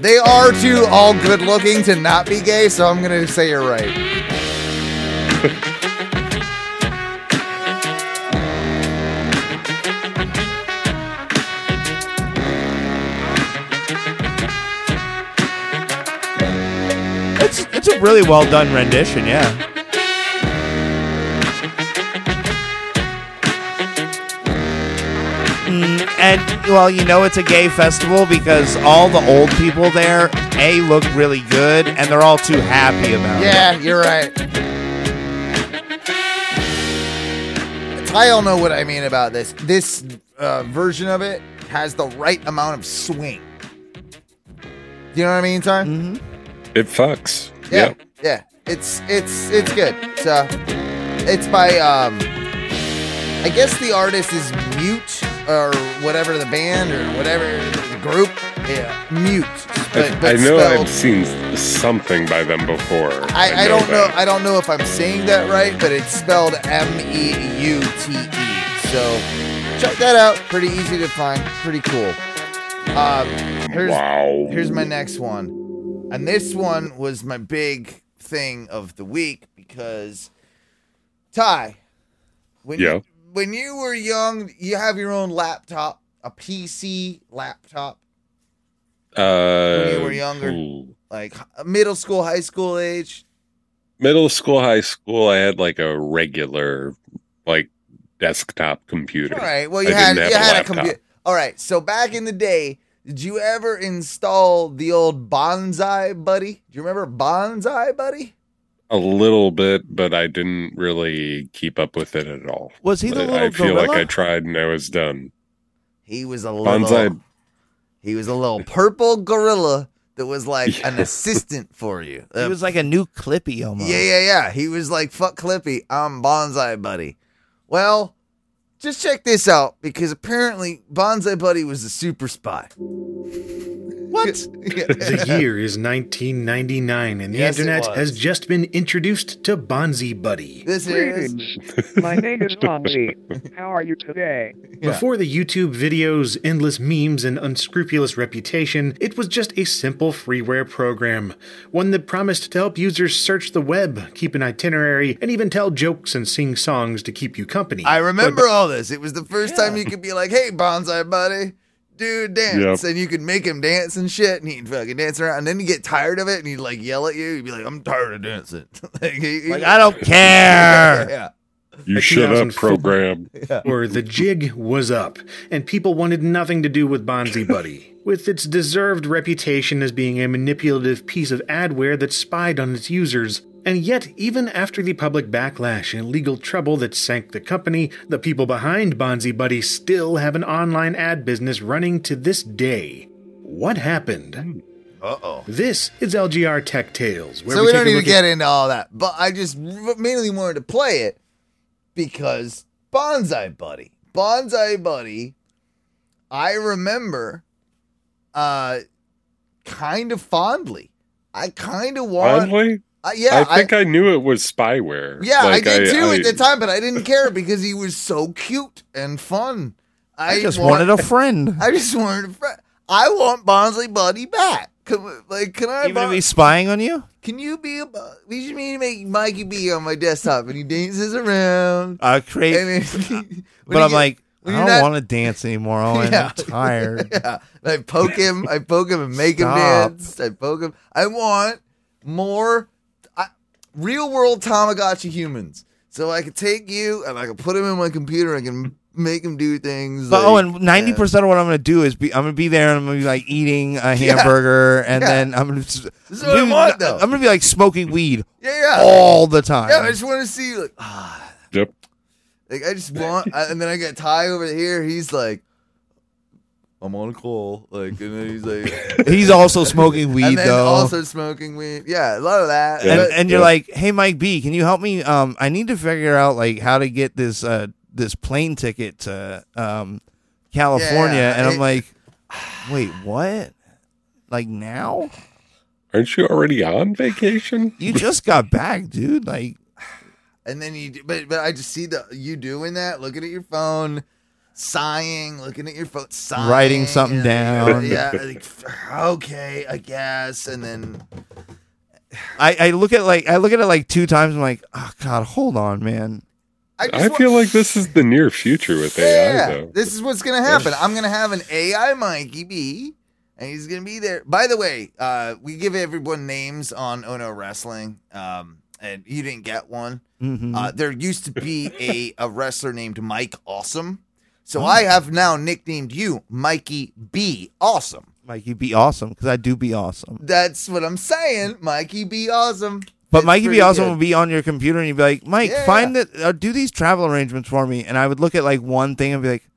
Speaker 1: They are too all good looking to not be gay, so I'm gonna say you're right.
Speaker 3: It's it's a really well done rendition, yeah. Mm, and well, you know it's a gay festival because all the old people there a look really good and they're all too happy about it.
Speaker 1: Yeah, you're right. I don't know what I mean about this. This uh, version of it has the right amount of swing. You know what I mean, Ty?
Speaker 2: It fucks.
Speaker 1: Yeah, yeah. It's it's it's good. It's uh, it's by um, I guess the artist is Mute or whatever the band or whatever the group. Yeah, Mute. But,
Speaker 2: I,
Speaker 1: but
Speaker 2: I know
Speaker 1: spelled,
Speaker 2: I've seen something by them before.
Speaker 1: I, I don't know.
Speaker 2: that.
Speaker 1: I don't know if I'm saying that right, but it's spelled M E U T E. So check that out. Pretty easy to find. Pretty cool. Um, here's
Speaker 2: wow.
Speaker 1: here's my next one, and this one was my big thing of the week because Ty, when
Speaker 2: Yeah.
Speaker 1: you, when you were young, you have your own laptop, a PC laptop,
Speaker 2: uh,
Speaker 1: when you were younger.
Speaker 2: ooh.
Speaker 1: like h- middle school, high school age.
Speaker 2: Middle school, high school, I had like a regular, like desktop computer.
Speaker 1: All right. Well,
Speaker 2: I
Speaker 1: you
Speaker 2: didn't
Speaker 1: had
Speaker 2: have
Speaker 1: you
Speaker 2: a
Speaker 1: had a
Speaker 2: laptop.
Speaker 1: computer. All right. So back in the day, did you ever install the old Bonsai Buddy? Do you remember Bonsai Buddy?
Speaker 2: A little bit, but I didn't really keep up with it at all.
Speaker 3: Was he the
Speaker 2: But
Speaker 3: little
Speaker 2: I feel like
Speaker 3: gorilla?
Speaker 2: I tried and I was done.
Speaker 1: He was a little
Speaker 2: Bonsai.
Speaker 1: He was a little purple gorilla that was
Speaker 2: [laughs]
Speaker 1: like an assistant for you.
Speaker 3: It
Speaker 1: Uh,
Speaker 3: was like a new Clippy almost.
Speaker 1: yeah, yeah, yeah. He was like, fuck Clippy, I'm Bonsai Buddy. Well, just check this out because apparently Bonsai Buddy was a super spy. [laughs]
Speaker 3: What?
Speaker 10: The year is 1999, and the
Speaker 1: Yes, it
Speaker 10: internet
Speaker 1: was.
Speaker 10: has just been introduced to Bonzi Buddy.
Speaker 1: This is
Speaker 11: My name is Bonzi. How are you today?
Speaker 1: Yeah.
Speaker 10: Before the YouTube videos, endless memes, and unscrupulous reputation, it was just a simple freeware program. One that promised to help users search the web, keep an itinerary, and even tell jokes and sing songs to keep you company.
Speaker 1: I remember all this. It was the first time you could be like, "Hey, bonsai buddy, dude, dance,"
Speaker 2: Yep.
Speaker 1: and you could make him dance and shit, and he'd fucking dance around. And then you get tired of it, and he'd like yell at you. You'd be like, "I'm tired of dancing." [laughs] like, he- he-
Speaker 3: Like, I don't care. [laughs]
Speaker 1: Yeah.
Speaker 2: You
Speaker 10: A
Speaker 2: shut up,
Speaker 10: 2004
Speaker 2: program.
Speaker 10: or the jig was up, and people wanted nothing to do with Bonzi Buddy. With its deserved reputation as being a manipulative piece of adware that spied on its users, and yet, even after the public backlash and legal trouble that sank the company, the people behind Bonzi Buddy still have an online ad business running to this day. What happened?
Speaker 1: Uh oh.
Speaker 10: This is LGR Tech Tales.
Speaker 1: So we,
Speaker 10: take
Speaker 1: don't
Speaker 10: a
Speaker 1: even
Speaker 10: look at-
Speaker 1: get into all that. But I just r- mainly wanted to play it because Bonsai Buddy, Bonsai Buddy, I remember, uh, kind of fondly. I kind of want.
Speaker 2: Oddly,
Speaker 1: I- yeah,
Speaker 2: I think I, knew it was spyware.
Speaker 1: Yeah,
Speaker 2: Like,
Speaker 1: I did too
Speaker 2: I-
Speaker 1: at
Speaker 2: [laughs]
Speaker 1: the time, but I didn't care because he was so cute and fun. I,
Speaker 3: I just
Speaker 1: want-
Speaker 3: wanted a friend.
Speaker 1: [laughs] I just wanted a friend. I want Bonsley Buddy back. Can, like, can I?
Speaker 3: Even if
Speaker 1: Bon-
Speaker 3: he's spying on you?
Speaker 1: can you be? A, Bon- we just need to make Mikey be on my desktop, and he dances around.
Speaker 3: I create. [laughs]
Speaker 1: and then- when
Speaker 3: but
Speaker 1: he
Speaker 3: I'm
Speaker 1: get-
Speaker 3: like, I
Speaker 1: when you're
Speaker 3: don't
Speaker 1: not-
Speaker 3: want to dance
Speaker 1: [laughs]
Speaker 3: anymore, Owen.
Speaker 1: Yeah. [laughs]
Speaker 3: I'm tired.
Speaker 1: yeah, and I poke him. I poke him and make
Speaker 3: Stop.
Speaker 1: him dance. I poke him. I want more I, real world Tamagotchi humans. So I could take you and I could put him in my computer. and I can make him do things.
Speaker 3: But
Speaker 1: like-
Speaker 3: Owen, ninety percent of what I'm gonna do is be I'm gonna be there and I'm gonna be like
Speaker 1: [laughs]
Speaker 3: eating a hamburger and
Speaker 1: yeah.
Speaker 3: then I'm gonna s-
Speaker 1: This is what I
Speaker 3: Dude,
Speaker 1: want, though.
Speaker 3: I'm gonna be like smoking weed
Speaker 1: Yeah, [laughs] yeah.
Speaker 3: all the time.
Speaker 1: yeah, I just want to see like, ah,
Speaker 2: Yep.
Speaker 1: like I just want. I, and then I got Ty over here. He's like, I'm on a call. Like, and then he's like,
Speaker 3: [laughs] He's also smoking [laughs]
Speaker 1: [laughs]
Speaker 3: weed
Speaker 1: and then
Speaker 3: though.
Speaker 1: also smoking weed. Yeah, a lot of that.
Speaker 2: Yeah.
Speaker 3: and,
Speaker 1: But-
Speaker 3: and you're
Speaker 2: yeah.
Speaker 3: like, "Hey, Mike B, can you help me? Um, I need to figure out like how to get this uh this plane ticket to um California."
Speaker 1: Yeah,
Speaker 3: and I'm
Speaker 1: it-
Speaker 3: like, "Wait, what? Like now?
Speaker 2: Aren't you already on vacation?
Speaker 3: You just got back, dude. Like,
Speaker 1: And then you, do, but but I just see the you doing that, looking at your phone, sighing, looking at your phone, sighing,
Speaker 3: Writing something
Speaker 1: and-
Speaker 3: down.
Speaker 1: Yeah, like, okay, I guess. And then
Speaker 3: I I look at like I look at it like two times. I'm like, oh god, hold on, man.
Speaker 1: I, just
Speaker 2: I
Speaker 1: wa-
Speaker 2: feel like this is the near future with AI,
Speaker 1: yeah,
Speaker 2: though.
Speaker 1: this is what's gonna happen. I'm gonna have an AI Mikey B, and he's gonna be there. By the way, uh, we give everyone names on Ono Wrestling, um, and you didn't get one.
Speaker 3: Mhm.
Speaker 1: Uh, there used to be a, a wrestler named Mike Awesome. So I have now nicknamed you Mikey B Awesome.
Speaker 3: Mikey, be awesome because I do be awesome.
Speaker 1: That's what I'm saying. Mikey be awesome.
Speaker 3: But
Speaker 1: It's
Speaker 3: Mikey be
Speaker 1: pretty
Speaker 3: awesome
Speaker 1: good.
Speaker 3: will be on your computer and you'd be like, Mike,
Speaker 1: Yeah.
Speaker 3: find that, uh, do these travel arrangements for me. And I would look at like one thing and be like,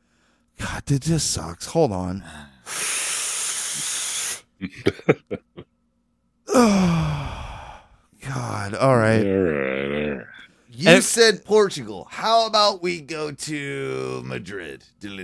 Speaker 3: God, dude, this sucks. Hold on. [sighs] God, all
Speaker 2: All right,
Speaker 3: right.
Speaker 2: all right.
Speaker 1: you
Speaker 3: and it-
Speaker 1: said Portugal. How about we go to Madrid? No,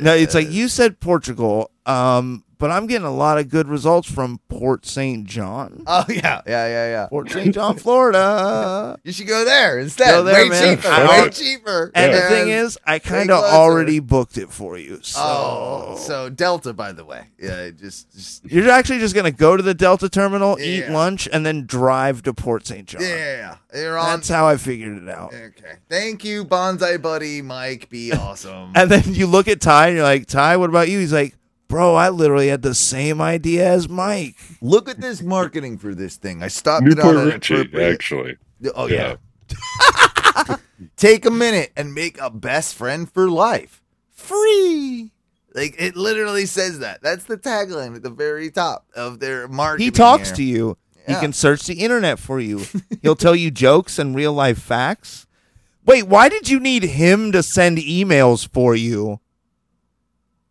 Speaker 3: No, it's like you said Portugal, um, but I'm getting a lot of good results from Port St. John.
Speaker 1: Oh [laughs] yeah, yeah, yeah, yeah.
Speaker 3: Port St. John, Florida.
Speaker 1: You should go there instead.
Speaker 3: Go there,
Speaker 1: way
Speaker 3: man.
Speaker 1: cheaper.
Speaker 3: I
Speaker 1: way
Speaker 3: want-
Speaker 1: cheaper.
Speaker 3: And the thing is, I kind of
Speaker 1: closer.
Speaker 3: already booked it for you. So.
Speaker 1: oh, so Delta, by the way. Yeah, it just, just
Speaker 3: You're actually just gonna go to the Delta terminal, eat
Speaker 1: Yeah.
Speaker 3: lunch, and then drive to Port St. John.
Speaker 1: yeah. You're on.
Speaker 3: That's how I figured it out.
Speaker 1: Okay. Thank you, Bonsai Buddy Mike.
Speaker 3: [laughs]
Speaker 1: Be awesome.
Speaker 3: And then you look at Ty and you're like, Ty, what about you? He's like, Bro, I literally had the same idea as Mike.
Speaker 1: Look at this marketing for this thing. I stopped it on
Speaker 2: Newport
Speaker 1: an
Speaker 2: Richie,
Speaker 1: appropriate-
Speaker 2: actually.
Speaker 1: Oh yeah. [laughs] Take a minute and make a best friend for life. Free. Like it literally says that. That's the tagline at the very top of their marketing.
Speaker 3: He talks
Speaker 1: here.
Speaker 3: to you.
Speaker 1: Yeah.
Speaker 3: He can search the internet
Speaker 1: [laughs]
Speaker 3: for you. He'll tell you jokes and real life facts. Wait, why did you need him to send emails for you?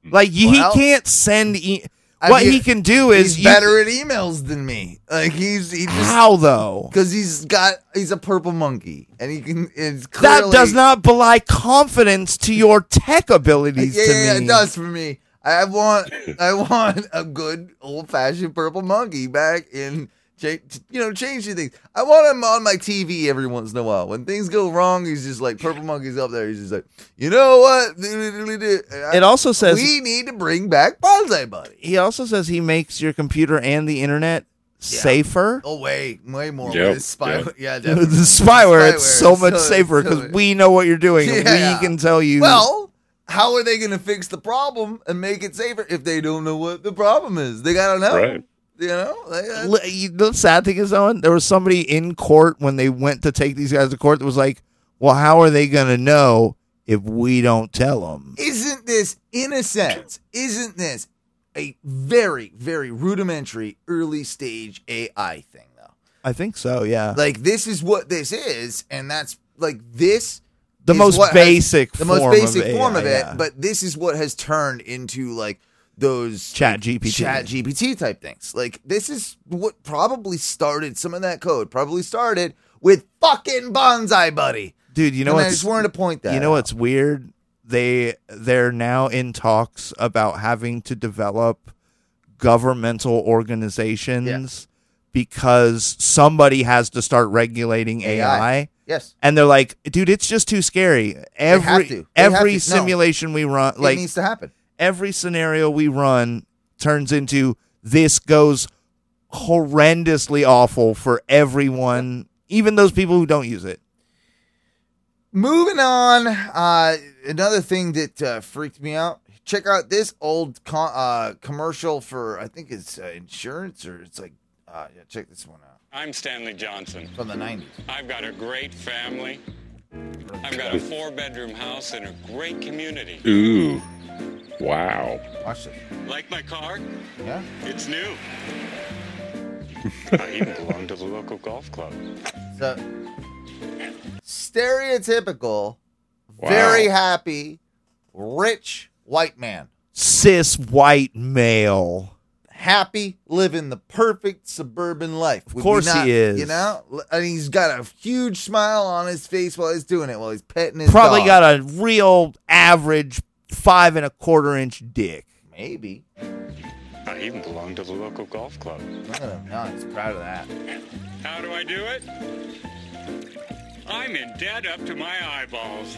Speaker 3: Like y-
Speaker 1: Well,
Speaker 3: he can't send. E-
Speaker 1: I
Speaker 3: what
Speaker 1: mean,
Speaker 3: he can do is
Speaker 1: He's
Speaker 3: you-
Speaker 1: better at emails than me. Like he's he just
Speaker 3: How though?
Speaker 1: because he's got he's a purple monkey and he can it's clearly
Speaker 3: That does not belie confidence to your tech
Speaker 1: yeah,
Speaker 3: abilities
Speaker 1: yeah,
Speaker 3: to
Speaker 1: yeah,
Speaker 3: me.
Speaker 1: it does for me. I want I [laughs] want a good old fashioned purple monkey back in cha- you know changing things. I want him on my TV every once in a while. When things go wrong, he's just like purple monkey's up there. He's just like, you know what? [laughs] It
Speaker 3: It also says-
Speaker 1: we need to bring back bonsai buddy.
Speaker 3: He also says he makes your computer and the internet safer.
Speaker 1: Oh way, way more.
Speaker 3: Yep,
Speaker 1: with spyware. [laughs] Yeah,
Speaker 3: [laughs] the
Speaker 1: definitely.
Speaker 3: spyware, it's so much
Speaker 1: so-
Speaker 3: safer
Speaker 1: so-
Speaker 3: because we know what you're doing.
Speaker 1: Yeah.
Speaker 3: We can tell you.
Speaker 1: Well, how are they going to fix the problem and make it safer if they don't know what the problem is? They gotta know.
Speaker 3: Right.
Speaker 1: You know, Like, uh,
Speaker 3: L- you- the sad thing is, Owen, there was somebody in court when they went to take these guys to court that was like, "Well, how are they going to know if we don't tell them?"
Speaker 1: isn't this innocent? Isn't this a very, very rudimentary early stage AI thing?
Speaker 3: I think so. Yeah,
Speaker 1: Like this is what this is, and that's like this.
Speaker 3: The
Speaker 1: is
Speaker 3: most
Speaker 1: what has-
Speaker 3: basic
Speaker 1: the most
Speaker 3: form of
Speaker 1: basic form
Speaker 3: AI,
Speaker 1: of it.
Speaker 3: yeah.
Speaker 1: But this is what has turned into like those
Speaker 3: Chat GPT.
Speaker 1: chat GPT type things. Like this is what probably started some of that code. Probably started with fucking bonsai buddy.
Speaker 3: dude. You know
Speaker 1: And
Speaker 3: what?
Speaker 1: I just wanted to point that
Speaker 3: You know what's weird? They they're now in talks about having to develop governmental organizations because somebody has to start regulating AI.
Speaker 1: Yes.
Speaker 3: And they're like, dude, it's just too scary. Every
Speaker 1: have to. They have
Speaker 3: every
Speaker 1: to. No.
Speaker 3: simulation we run,
Speaker 1: It
Speaker 3: like
Speaker 1: needs to happen.
Speaker 3: every scenario we run turns into this goes horrendously awful for everyone, even those people who don't use it.
Speaker 1: Moving on, uh, another thing that uh, freaked me out. Check out this old con- uh, commercial for I think it's uh, insurance or it's like uh, yeah. Check this one out.
Speaker 12: I'm Stanley Johnson.
Speaker 1: From the 90s.
Speaker 12: I've got a great family. I've got a four bedroom house in a great community.
Speaker 2: Ooh. Wow.
Speaker 1: Watch this.
Speaker 12: Like my car?
Speaker 1: Yeah.
Speaker 12: It's
Speaker 3: [laughs]
Speaker 12: new. I even belong to the local golf club.
Speaker 1: So stereotypical, very happy, rich white man,
Speaker 3: Cis white male.
Speaker 1: happy living the perfect suburban life. Of
Speaker 3: course he is.
Speaker 1: You know, L- and he's got a huge smile on his face while he's doing it, while he's petting his
Speaker 3: Probably
Speaker 1: dog.
Speaker 3: got a real average five and a quarter inch dick.
Speaker 1: Maybe.
Speaker 12: I even belong to the local golf club.
Speaker 1: Look at him. No, he's proud of that.
Speaker 12: How do I do it? I'm in debt up to my
Speaker 1: [laughs]
Speaker 12: eyeballs.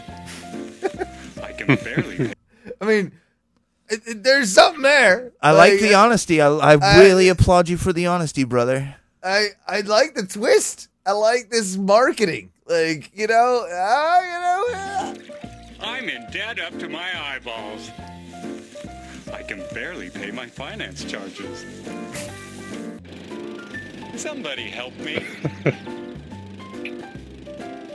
Speaker 12: I can barely.
Speaker 1: I mean, it- it- there's something there.
Speaker 3: I like, the honesty. I, I,
Speaker 1: I-
Speaker 3: really applaud you for the honesty, brother.
Speaker 1: I I like the twist. I like this marketing. Like you know, ah, you know. ah.
Speaker 12: I'm in debt up to my eyeballs. I can barely pay my finance charges. Somebody help me.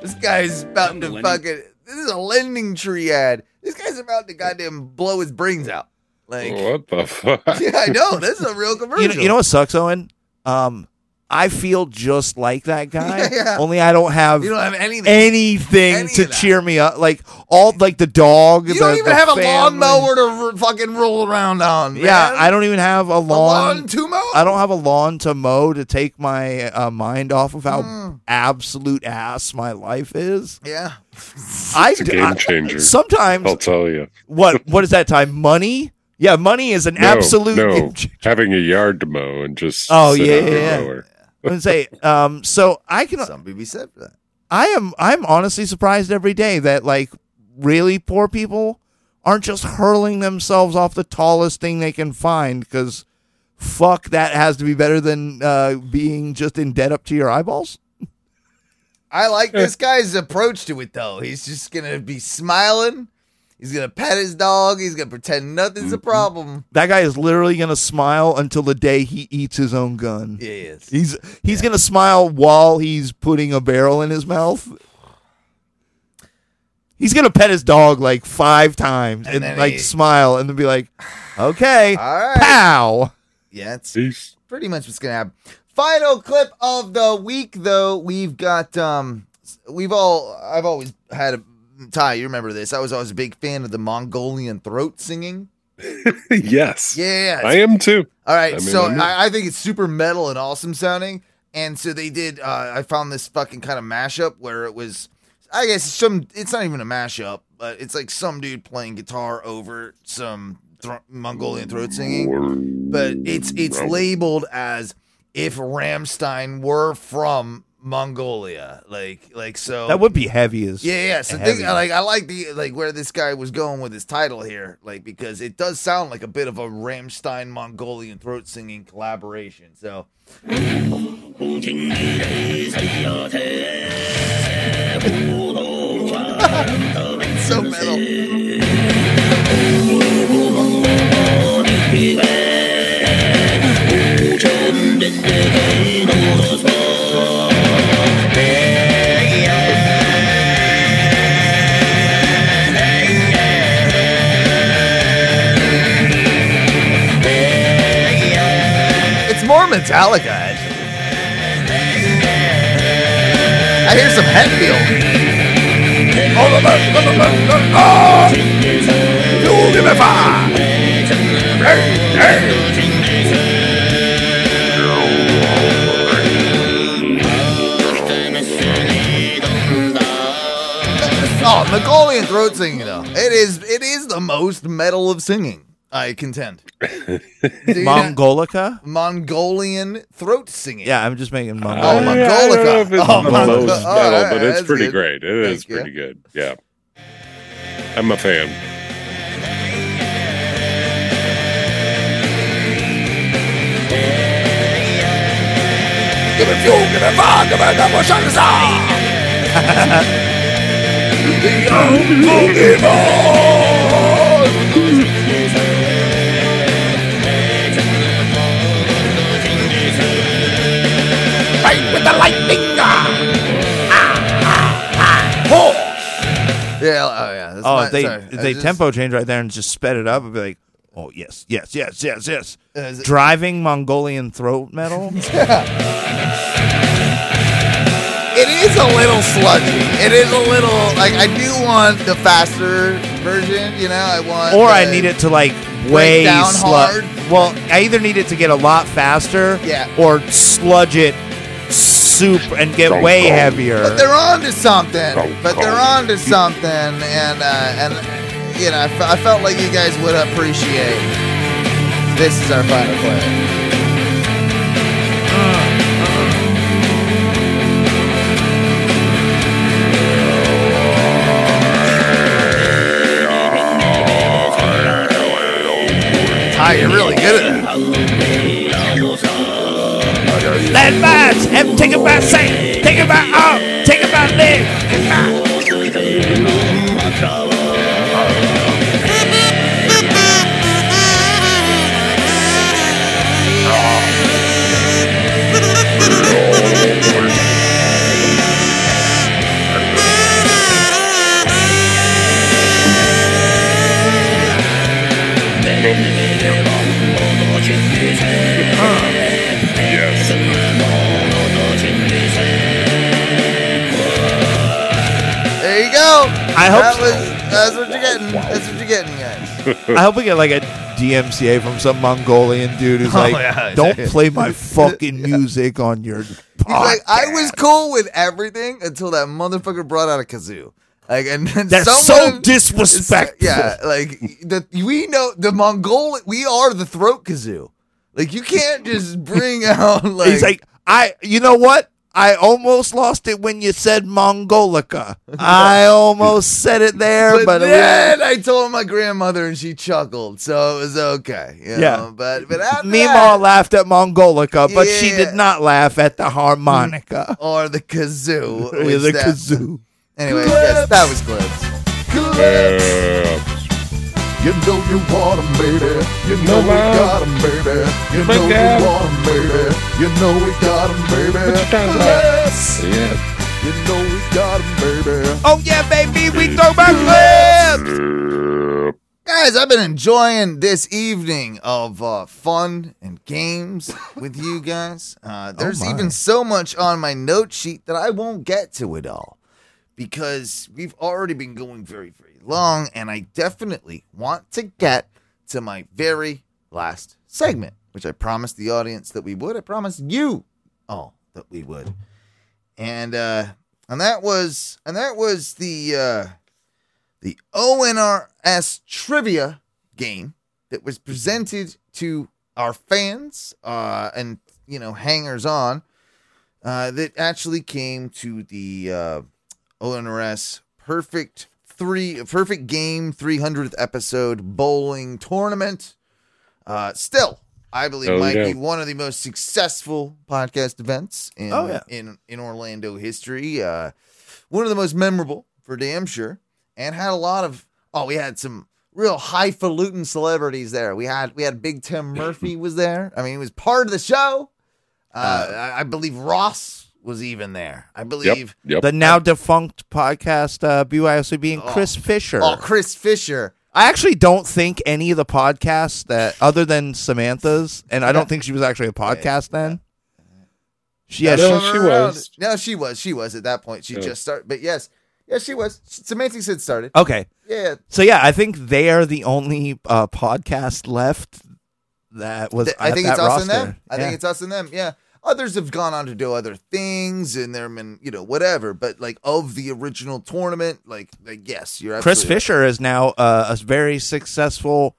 Speaker 1: This guy's about to
Speaker 12: lending-
Speaker 1: fucking. This is a lending tree ad. This guy's about to goddamn blow his brains out. Like,
Speaker 2: [laughs] What the fuck?
Speaker 1: [laughs] yeah, I know. This is a real commercial.
Speaker 3: [laughs] You know, you know what sucks, Owen? Um, I feel just
Speaker 1: [laughs]
Speaker 3: like that guy.
Speaker 1: Yeah.
Speaker 3: Only I don't have
Speaker 1: You don't have anything.
Speaker 3: anything to cheer me up. Like all like the dog.
Speaker 1: You
Speaker 3: the-
Speaker 1: don't even
Speaker 3: the
Speaker 1: have
Speaker 3: family.
Speaker 1: a lawnmower to r- fucking roll around on. Man.
Speaker 3: Yeah, I don't even have a lawn,
Speaker 1: lawn to mow?
Speaker 3: I don't have a lawn to mow to take my uh, mind off of how
Speaker 1: Mm.
Speaker 3: absolute ass my life is. [laughs]
Speaker 1: Yeah,
Speaker 3: I
Speaker 2: It's a game
Speaker 3: I-
Speaker 2: changer.
Speaker 3: sometimes
Speaker 2: I'll tell you.
Speaker 3: [laughs] what what is that time? Money? Yeah, money is an
Speaker 2: No,
Speaker 3: absolute.
Speaker 2: no. Having a yard to mow and just
Speaker 3: Oh
Speaker 2: sit
Speaker 3: yeah,
Speaker 2: on
Speaker 3: yeah.
Speaker 2: your
Speaker 3: yeah.
Speaker 2: mower.
Speaker 3: I'm gonna say. Um, so I can.
Speaker 1: Somebody be said for that.
Speaker 3: I am. I'm honestly surprised every day that like really poor people aren't just hurling themselves off the tallest thing they can find because fuck that has to be better than uh, being just in debt up to your eyeballs.
Speaker 1: I like this guy's approach to it though. He's just gonna be smiling. He's gonna pet his dog. He's gonna pretend nothing's
Speaker 3: Mm-hmm.
Speaker 1: a problem.
Speaker 3: That guy is literally gonna smile until the day he eats his own gun.
Speaker 1: Yeah, he is.
Speaker 3: He's he's gonna smile while he's putting a barrel in his mouth. He's gonna pet his dog like five times and,
Speaker 1: then
Speaker 3: like
Speaker 1: he-
Speaker 3: smile and then be like, "Okay,
Speaker 1: All right.
Speaker 3: pow."
Speaker 1: Yeah, it's [laughs] pretty much what's gonna happen. Final clip of the week, though. We've got um, we've all I've always had a Ty. You remember this? I was always a big fan of the Mongolian throat singing.
Speaker 2: yes.
Speaker 1: Yeah,
Speaker 2: I am too.
Speaker 1: All right,
Speaker 2: I mean,
Speaker 1: so
Speaker 2: I'm-
Speaker 1: I, I think it's super metal and awesome sounding. And so they did. Uh, I found this fucking kind of mashup where it was, I guess, some. It's not even a mashup, but it's like some dude playing guitar over some thro- Mongolian throat singing, but it's it's labeled as if Ramstein were from Mongolia, like like so
Speaker 3: That would be heavy as
Speaker 1: Oh. yeah yeah. So
Speaker 3: heavy.
Speaker 1: think, like I like the like where this guy was going with his title here, like because it does sound like a bit of a Ramstein Mongolian throat singing collaboration. So [laughs] so metal. It's more Metallica, actually. I hear some Hetfield. You give me five. Oh, Mongolian throat singing though. It is it is the most metal of singing, I contend. Do you not-
Speaker 3: Mongolica?
Speaker 1: Mongolian throat singing.
Speaker 3: Yeah, I'm just making Mongolica.
Speaker 1: Oh,
Speaker 2: I- I don't know if it's
Speaker 1: Oh,
Speaker 2: the
Speaker 1: Mongolica.
Speaker 2: most
Speaker 1: All
Speaker 2: metal,
Speaker 1: right,
Speaker 2: but it's
Speaker 1: that's
Speaker 2: pretty
Speaker 1: good.
Speaker 2: great. It is
Speaker 1: Thank you.
Speaker 2: pretty good. Yeah, I'm a fan.
Speaker 1: Give me fuel, give me fire, give me double shot of The Fight with the lightning! Ah, Yeah, oh yeah. that's
Speaker 3: oh,
Speaker 1: my-
Speaker 3: if they
Speaker 1: sorry,
Speaker 3: if
Speaker 1: I
Speaker 3: they
Speaker 1: just-
Speaker 3: tempo change right there and just sped it up. I'd be like, oh yes, yes, yes, yes, yes.
Speaker 1: Uh, is it-
Speaker 3: Driving Mongolian
Speaker 1: [laughs]
Speaker 3: throat metal.
Speaker 1: It is a little sludgy. It is a little like I do want the faster version. You know, I want.
Speaker 3: or I
Speaker 1: the-
Speaker 3: need it to like way
Speaker 1: down hard.
Speaker 3: sludge. Well, I either need it to get a lot faster,
Speaker 1: Yeah.
Speaker 3: or sludge it soup and get
Speaker 1: Don't
Speaker 3: way
Speaker 1: go.
Speaker 3: heavier.
Speaker 1: But they're onto something.
Speaker 3: Don't
Speaker 1: But
Speaker 3: call
Speaker 1: they're
Speaker 3: me.
Speaker 1: onto something, and uh, and uh, you know, I, fe- I felt like you guys would appreciate. This is our final play. Ty, you're really good at that.
Speaker 3: Land mines, have take it by sight, take it by
Speaker 1: uh,
Speaker 3: arm, take it by leg.
Speaker 1: There you go.
Speaker 3: I hope
Speaker 1: that
Speaker 3: so.
Speaker 1: was that's what you're getting. That's what you're getting, guys.
Speaker 3: I hope we get like a DMCA from some Mongolian dude who's
Speaker 1: Oh,
Speaker 3: like,
Speaker 1: yeah. [laughs]
Speaker 3: "Don't play my fucking music on your."
Speaker 1: He's like, I was cool with everything until that motherfucker brought out a kazoo. Like, and then
Speaker 3: That's so
Speaker 1: someone-
Speaker 3: [laughs] disrespectful.
Speaker 1: Yeah, like the we know the Mongol. We are the throat kazoo. Like you can't
Speaker 3: [laughs]
Speaker 1: just bring out like.
Speaker 3: He's like, I. You know what? I almost lost it when you said Mongolica. I almost said it there,
Speaker 1: but,
Speaker 3: but, we-
Speaker 1: then I told my grandmother and she chuckled, so it was okay. you
Speaker 3: Yeah.
Speaker 1: know, but but after that,
Speaker 3: Mima laughed at Mongolica, but she
Speaker 1: Yeah.
Speaker 3: did not laugh at the harmonica.
Speaker 1: or the kazoo,
Speaker 3: [laughs] Yeah,
Speaker 1: which
Speaker 3: the
Speaker 1: Hmm. that-
Speaker 3: kazoo.
Speaker 1: Anyway, yes, that was clips.
Speaker 13: You know you want 'em, baby. You know we got 'em, baby. You know we
Speaker 1: Miguel.
Speaker 13: want 'em, baby. You know we got 'em, baby. Yes. You know we got 'em, baby.
Speaker 3: Oh yeah, baby, we throw back clips.
Speaker 1: Guys, I've been enjoying this evening of uh, fun and games with you guys. Uh, there's
Speaker 3: my.
Speaker 1: even so much on my note sheet that I won't get to it all because we've already been going very, very long, and I definitely want to get to my very last segment, which I promised the audience that we would. I promised you all that we would, and uh, and that was and that was the. Uh, the ONRS trivia game that was presented to our fans uh, and you know hangers on uh, that actually came to the uh, ONRS perfect three perfect game 300th episode bowling tournament. Uh, still, I believe
Speaker 2: Oh,
Speaker 1: might
Speaker 2: yeah.
Speaker 1: be one of the most successful podcast events in
Speaker 3: Oh, yeah.
Speaker 1: in in Orlando history. Uh, one of the most memorable for damn sure, and had a lot of oh, we had some real highfalutin celebrities there. We had we had Big
Speaker 3: [laughs]
Speaker 1: Tim Murphy was there. I mean, he was part of the show. Uh, I, I believe Ross was even there. I believe
Speaker 3: The now defunct podcast uh, BYOCB and Chris Fisher.
Speaker 1: oh Chris Fisher.
Speaker 3: I actually don't think any of the podcasts that, other than Samantha's, and I don't think she was actually a podcast then. She, yeah,
Speaker 1: No,
Speaker 3: she,
Speaker 1: no, no, no, No, she was. She was at that point. She
Speaker 3: Yeah.
Speaker 1: just started. But yes, yes, she was. Semantics had started.
Speaker 3: Okay.
Speaker 1: Yeah.
Speaker 3: So yeah, I think they are the only uh, podcast left that was.
Speaker 1: I
Speaker 3: at
Speaker 1: think
Speaker 3: that
Speaker 1: it's us and
Speaker 3: roster.
Speaker 1: them. I
Speaker 3: Yeah.
Speaker 1: think it's us and them. Yeah. Others have gone on to do other things and they're been, you know, whatever. But like of the original tournament, like, like yes, you're
Speaker 3: Chris
Speaker 1: absolutely right.
Speaker 3: Fisher is now uh, a very successful.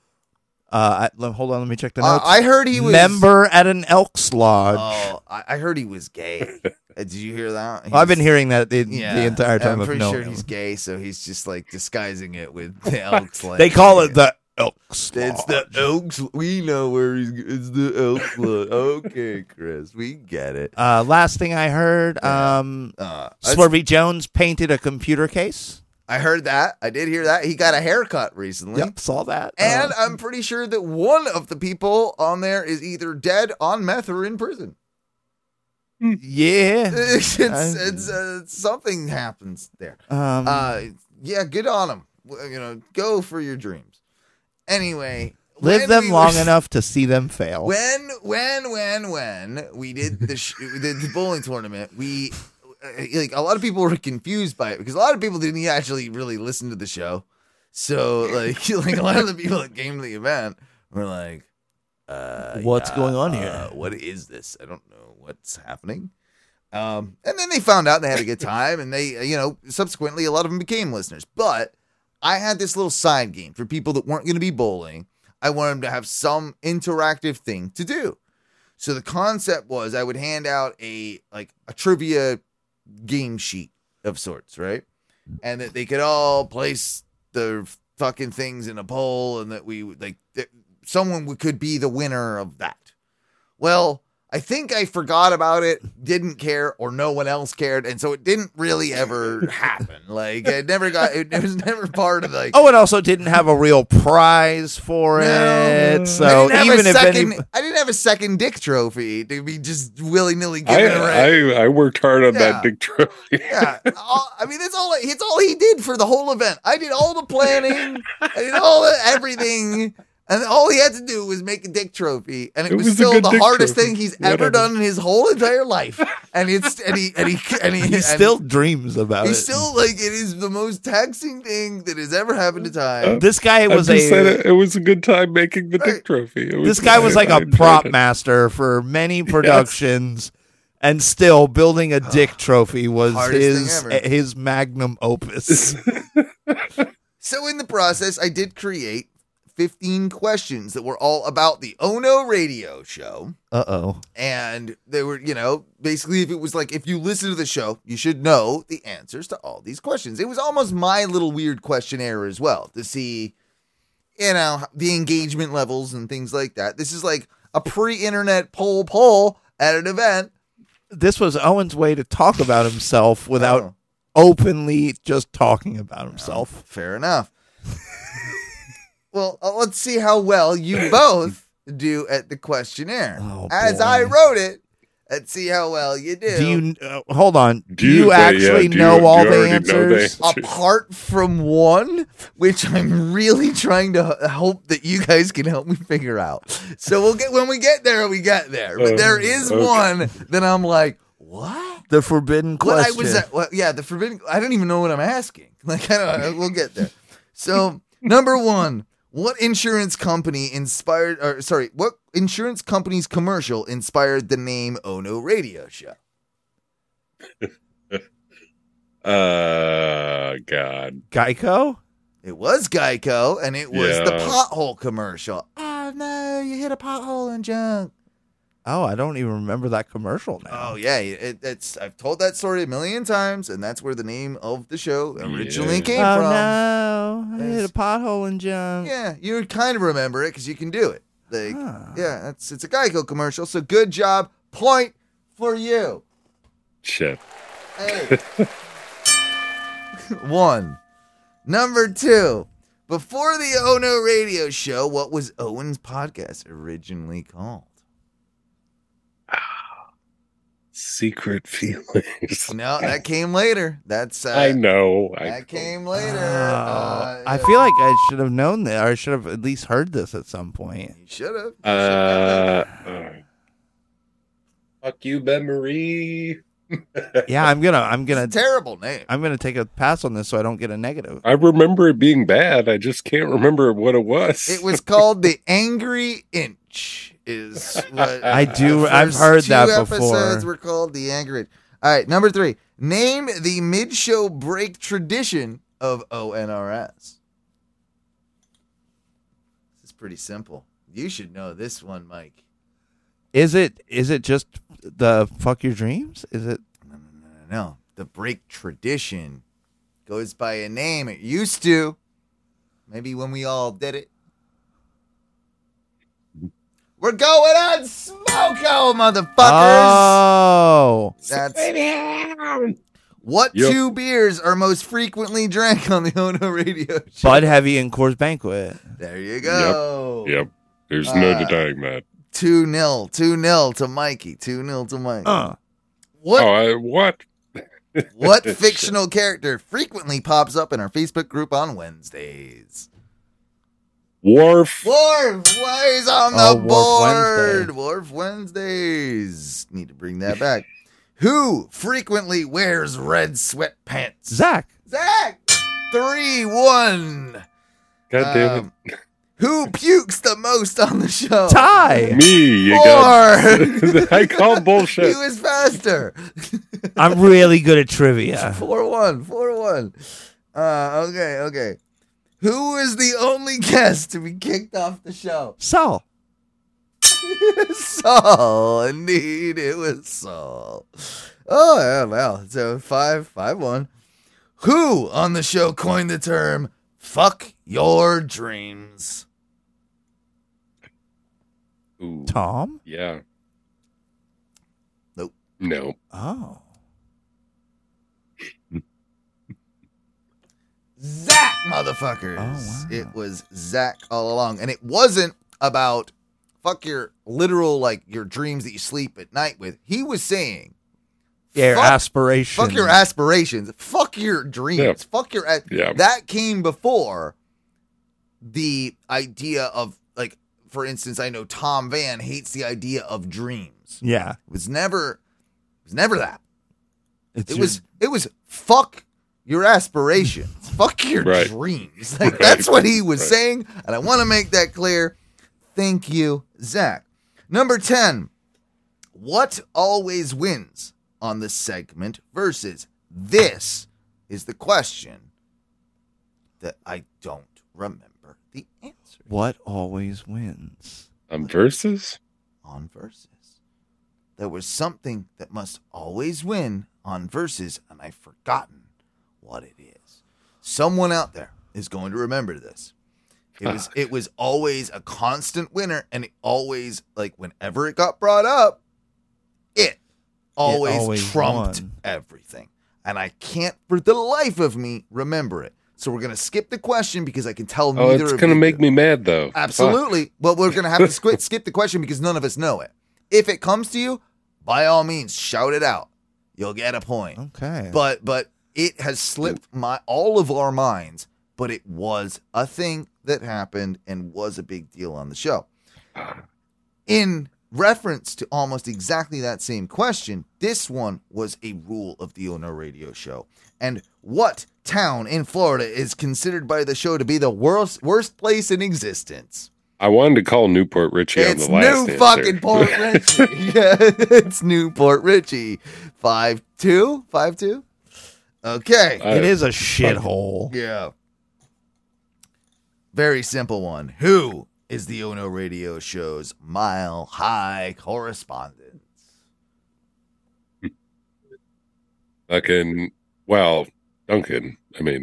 Speaker 3: Uh, I, let- hold on, let me check the
Speaker 1: Uh,
Speaker 3: notes.
Speaker 1: I heard he was-
Speaker 3: member at an Elks Lodge.
Speaker 1: Oh, I, I heard he was
Speaker 3: [laughs]
Speaker 1: gay. Uh, Did you hear that?
Speaker 3: Well, I've been
Speaker 1: He's-
Speaker 3: hearing that the- the entire
Speaker 1: and
Speaker 3: time
Speaker 1: I'm
Speaker 3: I've
Speaker 1: pretty
Speaker 3: known
Speaker 1: sure
Speaker 3: him.
Speaker 1: he's gay, so he's just like disguising it
Speaker 3: [laughs]
Speaker 1: with the elks. Lodge.
Speaker 3: They call it the Elks.
Speaker 1: [laughs] It's the Elks. We know where he's. It's the Elks. Lodge. Okay, Chris, we get it.
Speaker 3: Uh, last thing I heard, um,
Speaker 1: Uh,
Speaker 3: Swervy Jones painted a computer case.
Speaker 1: I heard that. I did hear that. He got a haircut recently.
Speaker 3: Yep, Uh-huh. saw that. Uh,
Speaker 1: And um, I'm pretty sure that one of the people on there is either dead on meth or in prison. [laughs]
Speaker 3: Yeah,
Speaker 1: it's, it's,
Speaker 3: I-
Speaker 1: uh, something happens there.
Speaker 3: Um,
Speaker 1: uh, yeah, good on him. You know, go for your dreams. Anyway,
Speaker 3: live
Speaker 1: when
Speaker 3: them
Speaker 1: we
Speaker 3: long
Speaker 1: were- [laughs]
Speaker 3: enough to see them fail.
Speaker 1: When, when, when, when we did the sh- we did the bowling tournament, we uh, like a lot of people were confused by it because a lot of people didn't actually really listen to the show. So like, [laughs] like a lot of the people that came to the event were like, uh,
Speaker 3: What's
Speaker 1: yeah,
Speaker 3: going on
Speaker 1: uh,
Speaker 3: here?
Speaker 1: what is this? I don't know what's happening. Um, and then they found out they had a good time, and they, uh, you know, subsequently a lot of them became listeners. But I had this little side game for people that weren't going to be bowling. I wanted them to have some interactive thing to do. So the concept was I would hand out a like a trivia game sheet of sorts, right? And that they could all place their fucking things in a poll, and that we would like that someone would, could be the winner of that. Well, I think I forgot about it, didn't care, or no one else cared, and so it didn't really ever happen. Like it never got, it was never part of like.
Speaker 3: oh, it also didn't have a real prize for it.
Speaker 1: I
Speaker 3: So
Speaker 1: didn't have
Speaker 3: even
Speaker 1: a
Speaker 3: if
Speaker 1: second,
Speaker 3: any,
Speaker 1: I didn't have a second dick trophy to be just willy nilly
Speaker 2: I,
Speaker 1: giving around.
Speaker 2: I I worked hard on
Speaker 1: Yeah.
Speaker 2: that big trophy.
Speaker 1: Yeah, all, I mean, that's all. It's all he did for the whole event. I did all the planning, I did all the, everything, and all he had to do was make a dick trophy, and it,
Speaker 13: It
Speaker 1: was,
Speaker 13: was a
Speaker 1: still
Speaker 13: good
Speaker 1: the
Speaker 13: dick
Speaker 1: hardest
Speaker 13: trophy.
Speaker 1: thing he's ever
Speaker 13: Whatever.
Speaker 1: done in his whole entire life. And it's and he and he and he,
Speaker 3: he
Speaker 1: and
Speaker 3: still dreams about
Speaker 1: he's
Speaker 3: it.
Speaker 1: still like it is the most taxing thing that has ever happened to time.
Speaker 3: this
Speaker 2: [laughs]
Speaker 3: guy
Speaker 2: I
Speaker 3: was
Speaker 2: just said
Speaker 3: a
Speaker 2: it, it was a good time making the dick trophy. It
Speaker 3: this guy was
Speaker 2: I-
Speaker 3: like
Speaker 2: I
Speaker 3: a
Speaker 2: enjoyed
Speaker 3: prop
Speaker 2: it.
Speaker 3: master for many productions, and still building
Speaker 1: [sighs]
Speaker 3: a dick trophy was
Speaker 1: Hardest thing
Speaker 3: his eh,
Speaker 1: ever.
Speaker 3: his magnum opus.
Speaker 1: So in the process, I did create 15 questions that were all about the Ono radio show.
Speaker 3: uh oh.
Speaker 1: And they were, you know, basically if it was like if you listen to the show, you should know the answers to all these questions. It was almost my little weird questionnaire as well to see you know, the engagement levels and things like that. This is like a pre-internet poll poll at an event.
Speaker 3: This was Owen's way to talk about himself without
Speaker 1: Oh.
Speaker 3: openly just talking about himself.
Speaker 1: Fair enough. Well, uh, let's see how well you both do at the questionnaire. As I wrote it, let's see how well you do.
Speaker 3: Do you uh, hold on? Do,
Speaker 1: you-
Speaker 3: you,
Speaker 1: yeah,
Speaker 3: actually
Speaker 1: do you-
Speaker 3: know
Speaker 1: do you
Speaker 3: all the
Speaker 1: already know
Speaker 3: answers?
Speaker 1: the answers? Apart from one, which I'm really trying to h- hope that you guys can help me figure out. So we'll get when we get there, we get there. But
Speaker 3: Oh,
Speaker 1: there is
Speaker 3: okay.
Speaker 1: one that I'm like, what?
Speaker 3: The forbidden
Speaker 1: What
Speaker 3: question.
Speaker 1: I was at, what, yeah, the forbidden. I don't even know what I'm asking. [laughs] Like, I don't. We'll get there. So, number one, what insurance company inspired? Or sorry, what insurance company's commercial inspired the name Ono Radio Show?
Speaker 2: Uh, God. Uh,
Speaker 3: Geico.
Speaker 1: It was Geico, and it was the
Speaker 3: Yeah.
Speaker 1: pothole commercial. Oh no, you hit a pothole and junk.
Speaker 3: Oh, I don't even remember that commercial now.
Speaker 1: Oh yeah, it, it's I've told that story a million times, and that's where the name of the show originally
Speaker 3: Yeah.
Speaker 1: came
Speaker 3: Oh,
Speaker 1: from.
Speaker 3: no, I hit a pothole and junk.
Speaker 1: Yeah, you would kind of remember it because you can do it. Like, yeah, that's it's a Geico commercial. So good job, point for you.
Speaker 2: Shit.
Speaker 3: [laughs]
Speaker 1: Hey. [laughs] One. Number two. Before the Oh No Radio Show, what was Owen's podcast originally called?
Speaker 2: Secret [laughs] feelings.
Speaker 1: No, that came later. That's uh,
Speaker 2: I know. I
Speaker 1: That came later. Uh,
Speaker 3: Oh, Uh, I feel like I should have known that, or I should have at least heard this at some point.
Speaker 1: Should have.
Speaker 2: Uh, uh, fuck you, Ben Marie.
Speaker 3: yeah, I'm gonna, I'm gonna.
Speaker 1: terrible name.
Speaker 3: I'm gonna take a pass on this so I don't get a negative.
Speaker 2: I remember it being bad. I just can't remember what it was.
Speaker 1: It
Speaker 3: [laughs]
Speaker 1: was called The Angry Inch. Is
Speaker 2: [laughs]
Speaker 1: what
Speaker 3: I do-
Speaker 1: the
Speaker 3: I've
Speaker 1: first
Speaker 3: heard that
Speaker 1: two
Speaker 3: before.
Speaker 1: Episodes were called The Angry Inch. All right, number three. Name the mid-show break tradition of ONRS. This is pretty simple. You should know this one, Mike.
Speaker 3: Is it? Is it just the fuck your dreams? Is it?
Speaker 1: No, the break tradition goes by a name. It used to. Maybe when we all did it. We're going on smoko, motherfuckers.
Speaker 2: Ah.
Speaker 3: Oh,
Speaker 1: That's what
Speaker 3: Yep.
Speaker 1: two beers are most frequently drank on the Ono Radio show?
Speaker 3: Bud Heavy and Coors Banquet.
Speaker 1: There you go.
Speaker 2: [laughs] Yep. yep. There's no
Speaker 1: Uh,
Speaker 2: denying that.
Speaker 1: Two nil, two nil to Mikey, two nil to Mike.
Speaker 2: Uh.
Speaker 1: What?
Speaker 2: Oh, I, what? [laughs]
Speaker 1: what fictional character frequently pops up in our Facebook group on Wednesdays?
Speaker 2: Worf.
Speaker 1: Worf, why he's on the
Speaker 2: Oh,
Speaker 1: board? Worf
Speaker 2: Worf
Speaker 1: Wednesdays. Need to bring that back. Who frequently wears red sweatpants?
Speaker 3: Zach.
Speaker 1: Zach. Three one.
Speaker 2: God damn
Speaker 1: it. Who pukes the most on the show? Um,
Speaker 3: Tie.
Speaker 1: [laughs]
Speaker 2: Me. You got, [laughs] I call bullshit.
Speaker 1: He was faster.
Speaker 3: I'm really good at
Speaker 2: Uh.
Speaker 3: trivia.
Speaker 1: Four one, four one. Uh, okay, okay. Who is the only guest to be kicked off the show?
Speaker 3: Saul.
Speaker 1: [laughs] Saul, indeed, it was Saul. Oh yeah, wow. So five, five, one. Who on the show coined the term "fuck your dreams"?
Speaker 2: Ooh,
Speaker 3: Tom.
Speaker 2: Yeah.
Speaker 1: Nope.
Speaker 2: No.
Speaker 3: Oh.
Speaker 1: Zach, motherfuckers. It was Zach all along, and it wasn't about fuck your literal like your dreams that you sleep at night with. He was saying
Speaker 3: Yeah,
Speaker 1: Fuck-
Speaker 3: aspiration.
Speaker 1: Fuck your aspirations. Fuck your dreams.
Speaker 3: Yeah.
Speaker 1: Fuck your. a-
Speaker 3: Yeah.
Speaker 1: That came before the idea of like, for instance, I know Tom Van hates the idea of dreams.
Speaker 3: Yeah.
Speaker 1: It was never. It was never that.
Speaker 3: It's
Speaker 1: it
Speaker 3: your-
Speaker 1: was. It was fuck your aspirations. [laughs] fuck your
Speaker 3: Right.
Speaker 1: dreams. Like
Speaker 3: Right.
Speaker 1: that's what he was
Speaker 3: Right.
Speaker 1: saying, and I want to make that clear. Thank you, Zach. Number ten. What always wins on the segment versus this is the question that I don't remember the answer.
Speaker 3: What always wins?
Speaker 2: On verses?
Speaker 1: On verses. There was something that must always win on verses, and I've forgotten what it is. Someone out there is going to remember this. It
Speaker 2: [laughs]
Speaker 1: was it was always a constant winner, and it always like whenever it got brought up, it always,
Speaker 3: always
Speaker 1: trumped
Speaker 3: won.
Speaker 1: everything. And I can't for the life of me remember it. So we're gonna skip the question because I can tell
Speaker 2: Oh,
Speaker 1: neither
Speaker 2: it's
Speaker 1: of
Speaker 2: gonna
Speaker 1: you
Speaker 2: make me mad though.
Speaker 1: Absolutely. But we're going to have to squi- [laughs] skip the question because none of us know it. If it comes to you, by all means, shout it out. You'll get a point.
Speaker 3: Okay.
Speaker 1: But but it has slipped my all of our minds, but it was a thing that happened and was a big deal on the show. In reference to almost exactly that same question, this one was a rule of the Ono Radio Show. And what town in Florida is considered by the show to be the worst worst place in existence?
Speaker 2: I wanted to call Newport Richie on
Speaker 1: It's
Speaker 2: the last
Speaker 1: New
Speaker 2: answer.
Speaker 1: fucking
Speaker 2: [laughs]
Speaker 1: Port Richie. [laughs] yeah, it's Newport Richie. Five two, five two. Okay,
Speaker 3: it is a shithole.
Speaker 1: Yeah. Very simple one. Who is the Ono Radio Show's mile high correspondent?
Speaker 2: Fucking well, Duncan. I mean,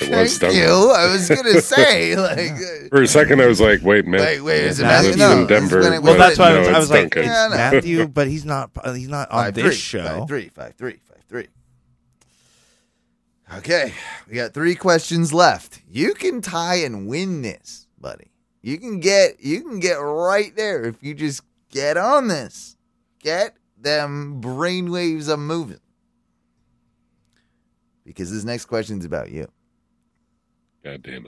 Speaker 2: it
Speaker 1: Thank
Speaker 2: was Duncan.
Speaker 1: you. I was gonna
Speaker 2: [laughs]
Speaker 1: say, like, uh,
Speaker 2: for a second, I was like, wait a minute.
Speaker 1: Wait, wait, is it
Speaker 2: Matthew's
Speaker 1: Matthew? No,
Speaker 2: in Denver.
Speaker 1: it's when it-
Speaker 3: Well,
Speaker 2: but
Speaker 3: that's why I
Speaker 2: no,
Speaker 3: was, I
Speaker 2: it's
Speaker 3: was like,
Speaker 2: Duncan.
Speaker 3: it's Matthew, but he's not. uh, He's not on
Speaker 1: Five,
Speaker 3: this
Speaker 1: three,
Speaker 3: show.
Speaker 1: Five, three, five, three, five, three. Okay, we got three questions left. You can tie and win this, buddy. You can get you can get right there if you just get on this. Get them brainwaves a moving. Because this next question's about you.
Speaker 2: God damn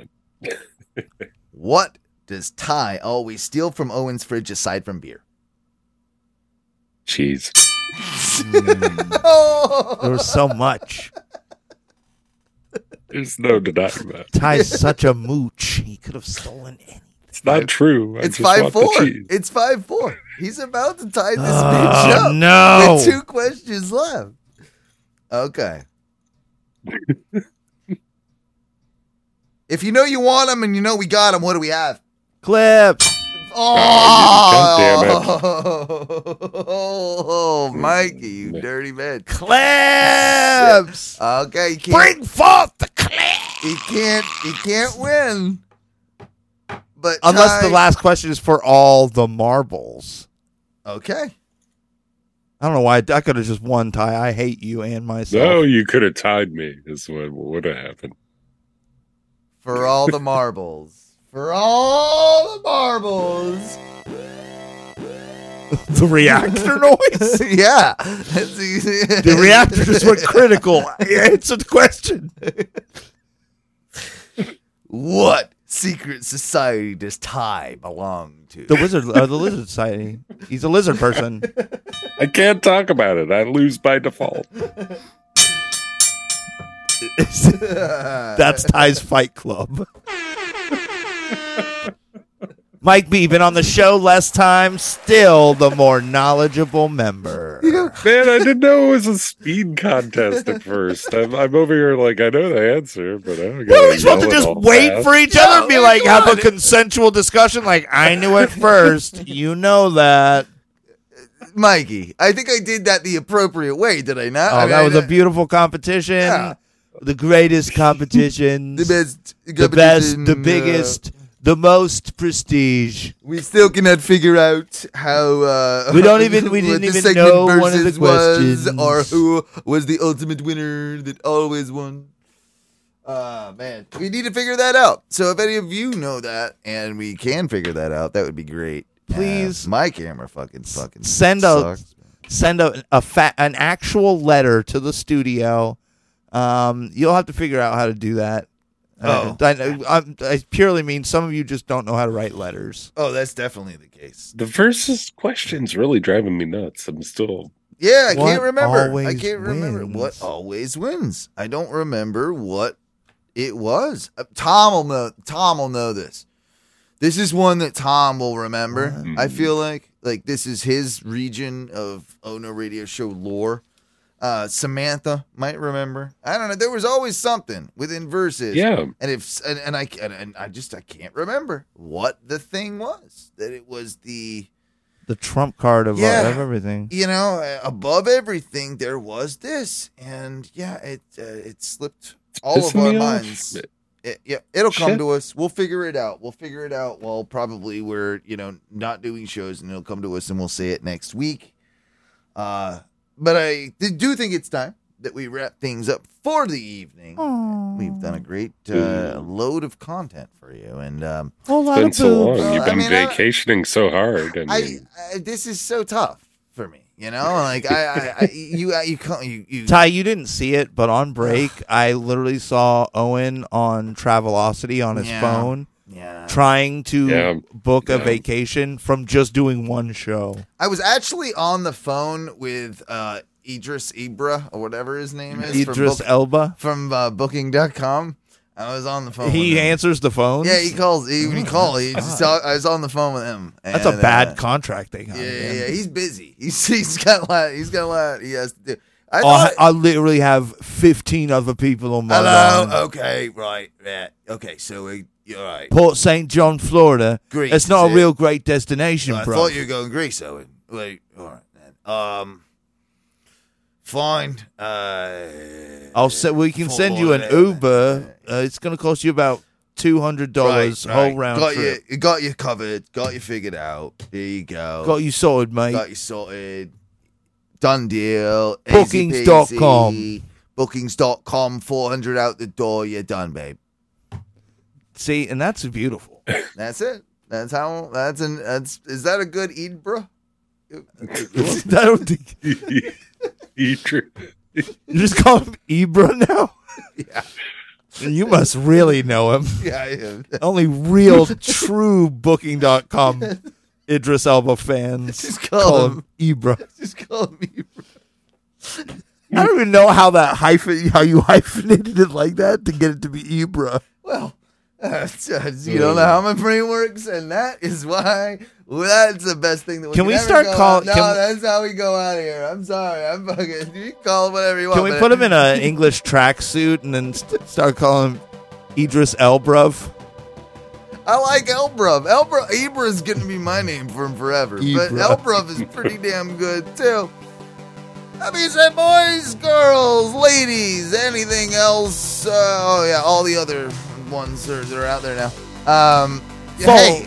Speaker 2: it.
Speaker 1: What does Ty always steal from Owen's fridge aside from beer?
Speaker 2: Cheese.
Speaker 3: There was
Speaker 1: [laughs]
Speaker 3: so much.
Speaker 2: There's no denying that.
Speaker 3: Ty's such a mooch. He could have stolen anything.
Speaker 2: It's not true. I
Speaker 1: It's
Speaker 2: just
Speaker 1: five
Speaker 2: want the
Speaker 1: four.
Speaker 2: cheese.
Speaker 1: It's five four. He's about to tie this bitch
Speaker 3: Oh,
Speaker 1: up.
Speaker 3: no.
Speaker 1: With two questions left. Okay. if you know you want him and you know we got him, what do we have?
Speaker 3: Clip.
Speaker 1: Oh,
Speaker 2: Mm,
Speaker 1: Mikey, you dirty man.
Speaker 3: Claps.
Speaker 1: Okay, you can't,
Speaker 3: Bring forth the clap.
Speaker 1: He can't. He can't win. But
Speaker 3: Unless the
Speaker 1: Ty-
Speaker 3: last question is for all the marbles.
Speaker 1: Okay.
Speaker 3: I don't know why I could have just won Ty. I hate you and myself.
Speaker 2: No, you could have tied me. Is what would have happened.
Speaker 1: for all the marbles. For all the
Speaker 3: [laughs]
Speaker 1: marbles.
Speaker 3: the
Speaker 1: [laughs]
Speaker 3: reactor noise.
Speaker 1: yeah. the [laughs]
Speaker 3: The reactor just went critical. I answered the question.
Speaker 1: What secret society does Ty belong to?
Speaker 3: The wizard, uh, the lizard society. He's a lizard person.
Speaker 2: I can't talk about it. I lose by default.
Speaker 3: That's Ty's Fight Club. Mike B, been on the show less time, still the more knowledgeable member.
Speaker 2: Man, I didn't know it was a speed contest at first. I'm, I'm over here like I know the answer, but I don't.
Speaker 3: What
Speaker 2: gotta
Speaker 3: are we supposed to
Speaker 2: yell it
Speaker 3: just
Speaker 2: all
Speaker 3: wait
Speaker 2: fast.
Speaker 3: for each other and be like, have a consensual discussion? Like, I knew [laughs] it first. you know that.
Speaker 1: Mikey, I think I did that the appropriate way, did I not?
Speaker 3: Oh,
Speaker 1: I mean,
Speaker 3: that
Speaker 1: I
Speaker 3: was a
Speaker 1: did-
Speaker 3: beautiful competition.
Speaker 1: Yeah.
Speaker 3: The greatest competition.
Speaker 1: the best,
Speaker 3: the best, the
Speaker 1: competition, uh,
Speaker 3: biggest, the most prestige.
Speaker 1: we still cannot figure out how. Uh,
Speaker 3: We don't
Speaker 1: [laughs]
Speaker 3: even- we
Speaker 1: what
Speaker 3: didn't
Speaker 1: this
Speaker 3: even
Speaker 1: segment
Speaker 3: know one of the
Speaker 1: versus was, or
Speaker 3: questions.
Speaker 1: who was the ultimate winner that always won. Ah man, we need to figure that out. So if any of you know that, and we can figure that out, that would be great. Uh,
Speaker 3: Please.
Speaker 1: my camera fucking fucking
Speaker 3: Send a
Speaker 1: sucks.
Speaker 3: send a, a fa- an actual letter to the studio. Um, you'll have to figure out how to do that.
Speaker 1: Oh.
Speaker 3: Uh, I, I, I purely mean some of you just don't know how to write letters.
Speaker 1: Oh, that's definitely the case.
Speaker 2: The versus question's really driving me nuts. I'm still
Speaker 1: Yeah, I
Speaker 3: What
Speaker 1: can't remember. I
Speaker 3: always
Speaker 1: can't remember what
Speaker 3: wins?
Speaker 1: always wins. I don't remember what it was. Uh, Tom will know. Tom will know this. This is one that Tom will remember. I feel like like this is his region of Oh No Radio Show lore. Uh, Samantha might remember. I don't know. There was always something within verses.
Speaker 2: Yeah.
Speaker 1: and if and, and I and, and I just I can't remember what the thing was. That it was the
Speaker 3: The trump card of, uh,
Speaker 1: Yeah.
Speaker 3: of everything.
Speaker 1: you know, uh, above everything, there was this, and yeah, it uh, it slipped all of
Speaker 2: pissing
Speaker 1: our
Speaker 2: me off.
Speaker 1: minds. It, yeah, it'll come
Speaker 2: Shit.
Speaker 1: to us. We'll figure it out. We'll figure it out. While probably we're you know not doing shows, and it'll come to us, and we'll say it next week. Uh, but I th- do think it's time that we wrap things up for the evening. We've done a great uh, load of content for you, and um,
Speaker 3: Whole
Speaker 2: it's
Speaker 3: lot
Speaker 2: been
Speaker 3: of
Speaker 2: so long.
Speaker 3: boobs.
Speaker 1: Well,
Speaker 2: You've
Speaker 1: I
Speaker 2: been
Speaker 1: mean, I-
Speaker 2: vacationing so hard. I
Speaker 1: I,
Speaker 2: mean,
Speaker 1: I this is so tough for me. You know, like I, I, I you, I, you, can't- you, you
Speaker 3: Ty, you didn't see it, but on break, I literally saw Owen on Travelocity on his
Speaker 1: Yeah.
Speaker 3: phone
Speaker 1: Yeah.
Speaker 3: trying to
Speaker 2: Yeah.
Speaker 3: book a
Speaker 2: Yeah.
Speaker 3: vacation from just doing one show.
Speaker 1: I was actually on the phone with uh, Idris Ibra or whatever his name is
Speaker 3: Idris
Speaker 1: from, book-
Speaker 3: Elba.
Speaker 1: from uh, booking.com. I was on the phone.
Speaker 3: He
Speaker 1: with him.
Speaker 3: answers the phone.
Speaker 1: Oh, Yeah, he calls. He, when he called, he just, I was on the phone with him.
Speaker 3: That's
Speaker 1: And,
Speaker 3: a bad
Speaker 1: uh,
Speaker 3: contract they got.
Speaker 1: yeah,
Speaker 3: man.
Speaker 1: [laughs] yeah, yeah. He's busy. He's he's got a lot. He's got a lot. He has to do. I
Speaker 3: Oh, I,
Speaker 1: thought-
Speaker 3: I literally have 15 other people on my
Speaker 1: Hello. Oh.
Speaker 3: line.
Speaker 1: Okay. Right. Yeah. Okay. So we. You're right.
Speaker 3: Port St. John, Florida.
Speaker 1: Greece,
Speaker 3: it's not
Speaker 1: is
Speaker 3: a
Speaker 1: it?
Speaker 3: real great destination,
Speaker 1: I
Speaker 3: bro.
Speaker 1: thought you were going Greece, Owen. Wait. All right. Then. Um. Fine. Uh.
Speaker 3: I'll say we can
Speaker 1: Full
Speaker 3: send you an
Speaker 1: on, yeah.
Speaker 3: Uber. Uh, it's going to cost you about two hundred dollars
Speaker 1: Right,
Speaker 3: whole
Speaker 1: right.
Speaker 3: round
Speaker 1: got
Speaker 3: trip.
Speaker 1: You, got you covered. Got you figured out. Here you go.
Speaker 3: Got you sorted, mate.
Speaker 1: Got you sorted. Done deal. Easy
Speaker 3: Bookings.com.
Speaker 1: peasy. Bookings.com. 400 out the door. You're done, babe.
Speaker 3: See, and that's beautiful. [laughs]
Speaker 1: That's it. That's how. That's an. That's is that a good eat, bro?
Speaker 3: I don't think you just call him Ibra now.
Speaker 1: [laughs] Yeah.
Speaker 3: You must really know him.
Speaker 1: [laughs] Yeah, I am. [laughs]
Speaker 3: Only real, true Booking.com Idris Elba fans
Speaker 1: Just
Speaker 3: call,
Speaker 1: call
Speaker 3: him Ibra.
Speaker 1: Just call me.
Speaker 3: I don't even know how that hyphen, how you [laughs] hyphenated it like that to get it to be Ibra.
Speaker 1: Well, uh, you don't know how my brain works, and that is why. well, that's the best thing that we
Speaker 3: Can
Speaker 1: can.
Speaker 3: we
Speaker 1: ever
Speaker 3: start
Speaker 1: go
Speaker 3: call-
Speaker 1: out- No,
Speaker 3: can we-
Speaker 1: that's how we go out of here. I'm sorry. I'm fucking. You can call it whatever you want.
Speaker 3: Can we
Speaker 1: but-
Speaker 3: put him
Speaker 1: [laughs]
Speaker 3: in an English tracksuit and then st- start calling him Idris Elbrov?
Speaker 1: I like Elbruv. Elbruv Ibra is going to be my name for him forever. But
Speaker 3: Ibra.
Speaker 1: Elbruv is pretty damn good too. That means that boys, girls, ladies, anything else. Uh, oh yeah, all the other ones are, that are out there now. Um, hey,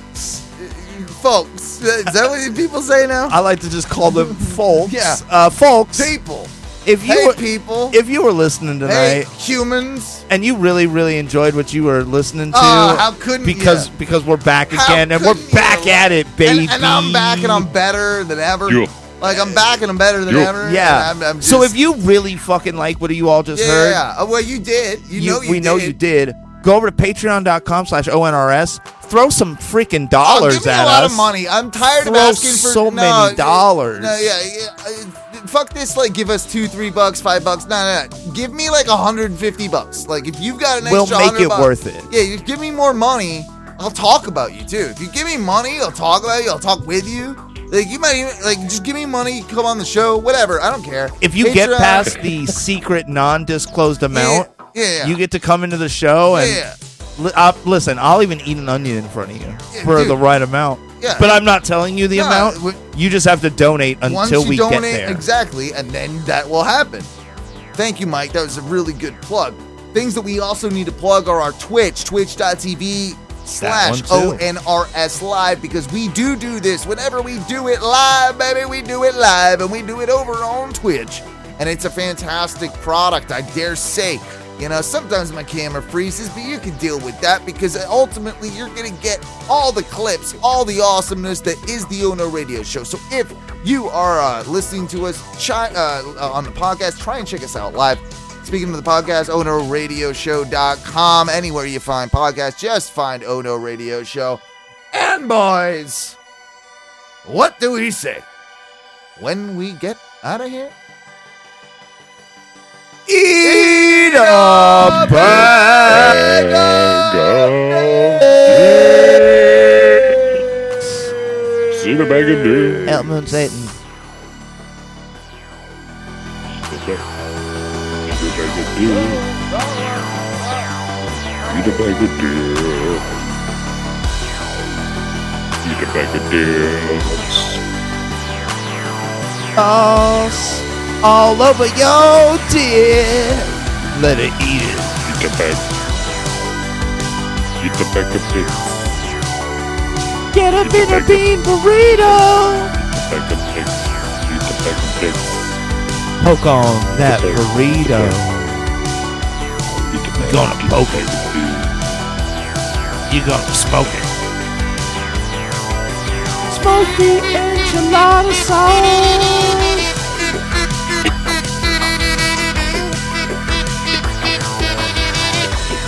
Speaker 1: folks, is that what people say now?
Speaker 3: [laughs] I like to just call
Speaker 1: [laughs]
Speaker 3: them folks.
Speaker 1: Yeah.
Speaker 3: uh, folks.
Speaker 1: People.
Speaker 3: If you
Speaker 1: Hey,
Speaker 3: were,
Speaker 1: people.
Speaker 3: if you were listening
Speaker 1: Hey,
Speaker 3: tonight
Speaker 1: humans.
Speaker 3: and you really really enjoyed what you were listening to,
Speaker 1: Oh, how couldn't
Speaker 3: because
Speaker 1: ya?
Speaker 3: because we're back
Speaker 1: How
Speaker 3: again and we're
Speaker 1: couldn't
Speaker 3: back at it, baby.
Speaker 1: And, and I'm back and I'm better than ever.
Speaker 3: Yeah.
Speaker 1: Like I'm back and I'm better than ever. and
Speaker 3: Yeah.
Speaker 1: I'm, I'm just,
Speaker 3: so if you really fucking like what you all just
Speaker 1: yeah,
Speaker 3: heard,
Speaker 1: yeah. Oh, well, you did. You, know you
Speaker 3: we
Speaker 1: did.
Speaker 3: know you did. Go over to patreon.com slash ONRS. Throw some freaking dollars
Speaker 1: oh, give me
Speaker 3: at
Speaker 1: a lot
Speaker 3: us.
Speaker 1: of money. I'm tired
Speaker 3: Throw
Speaker 1: of asking for
Speaker 3: so
Speaker 1: no,
Speaker 3: many dollars.
Speaker 1: No, yeah, yeah. I- Fuck this! Like, give us two, three bucks, five bucks. No, no, no. Give me like 150 bucks. Like, if you've got an
Speaker 3: We'll
Speaker 1: extra,
Speaker 3: make
Speaker 1: 100
Speaker 3: it
Speaker 1: bucks-
Speaker 3: worth it.
Speaker 1: Yeah, you give me more money. I'll talk about you too. If you give me money, I'll talk about you. I'll talk with you. Like, you might even like just give me money. Come on the show, whatever. I don't care.
Speaker 3: If you get
Speaker 1: Patreon-
Speaker 3: past the secret non-disclosed amount,
Speaker 1: [laughs] yeah, yeah.
Speaker 3: you get to come into the show and
Speaker 1: Yeah.
Speaker 3: li- uh, listen. I'll even eat an onion in front of you for
Speaker 1: dude.
Speaker 3: the right amount.
Speaker 1: Yeah.
Speaker 3: But I'm not telling you the
Speaker 1: No,
Speaker 3: amount.
Speaker 1: we-
Speaker 3: you just have to donate
Speaker 1: Once
Speaker 3: until
Speaker 1: you
Speaker 3: we
Speaker 1: donate,
Speaker 3: get there.
Speaker 1: Exactly, and then that will happen. Thank you, Mike. That was a really good plug. Things that we also need to plug are our Twitch, twitch.tv slash
Speaker 3: one, too.
Speaker 1: ONRS live, because we do do this. Whenever we do it live, baby, we do it live, and we do it over on Twitch. And it's a fantastic product, I dare say. You know, sometimes my camera freezes, but you can deal with that because ultimately you're going to get all the clips, all the awesomeness that is the Ono Radio Show. So if you are uh, listening to us chi- uh, uh, on the podcast, try and check us out live. Speaking of the podcast, onoradioshow.com. Anywhere you find podcasts, just find Ono Radio Show. And boys, what do we say when we get out of here? Eat up,
Speaker 2: uh, See the bag of dude.
Speaker 3: Help me, Satan.
Speaker 13: Eat a bag of deer. Eat a bag of deer.
Speaker 3: Sauce all over your dick. Let it eat it.
Speaker 13: Eat a bag. Eat a bag of deer.
Speaker 3: Get up in a bean burrito.
Speaker 13: Bag of deer. Eat a bag of deer.
Speaker 3: Poke on that burrito.
Speaker 13: You're
Speaker 3: gonna poke it. You're gonna smoke it.
Speaker 11: Smoky enchilada sauce.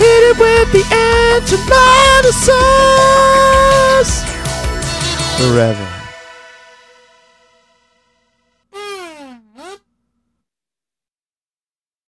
Speaker 11: Hit it with the enchilada sauce.
Speaker 3: Forever.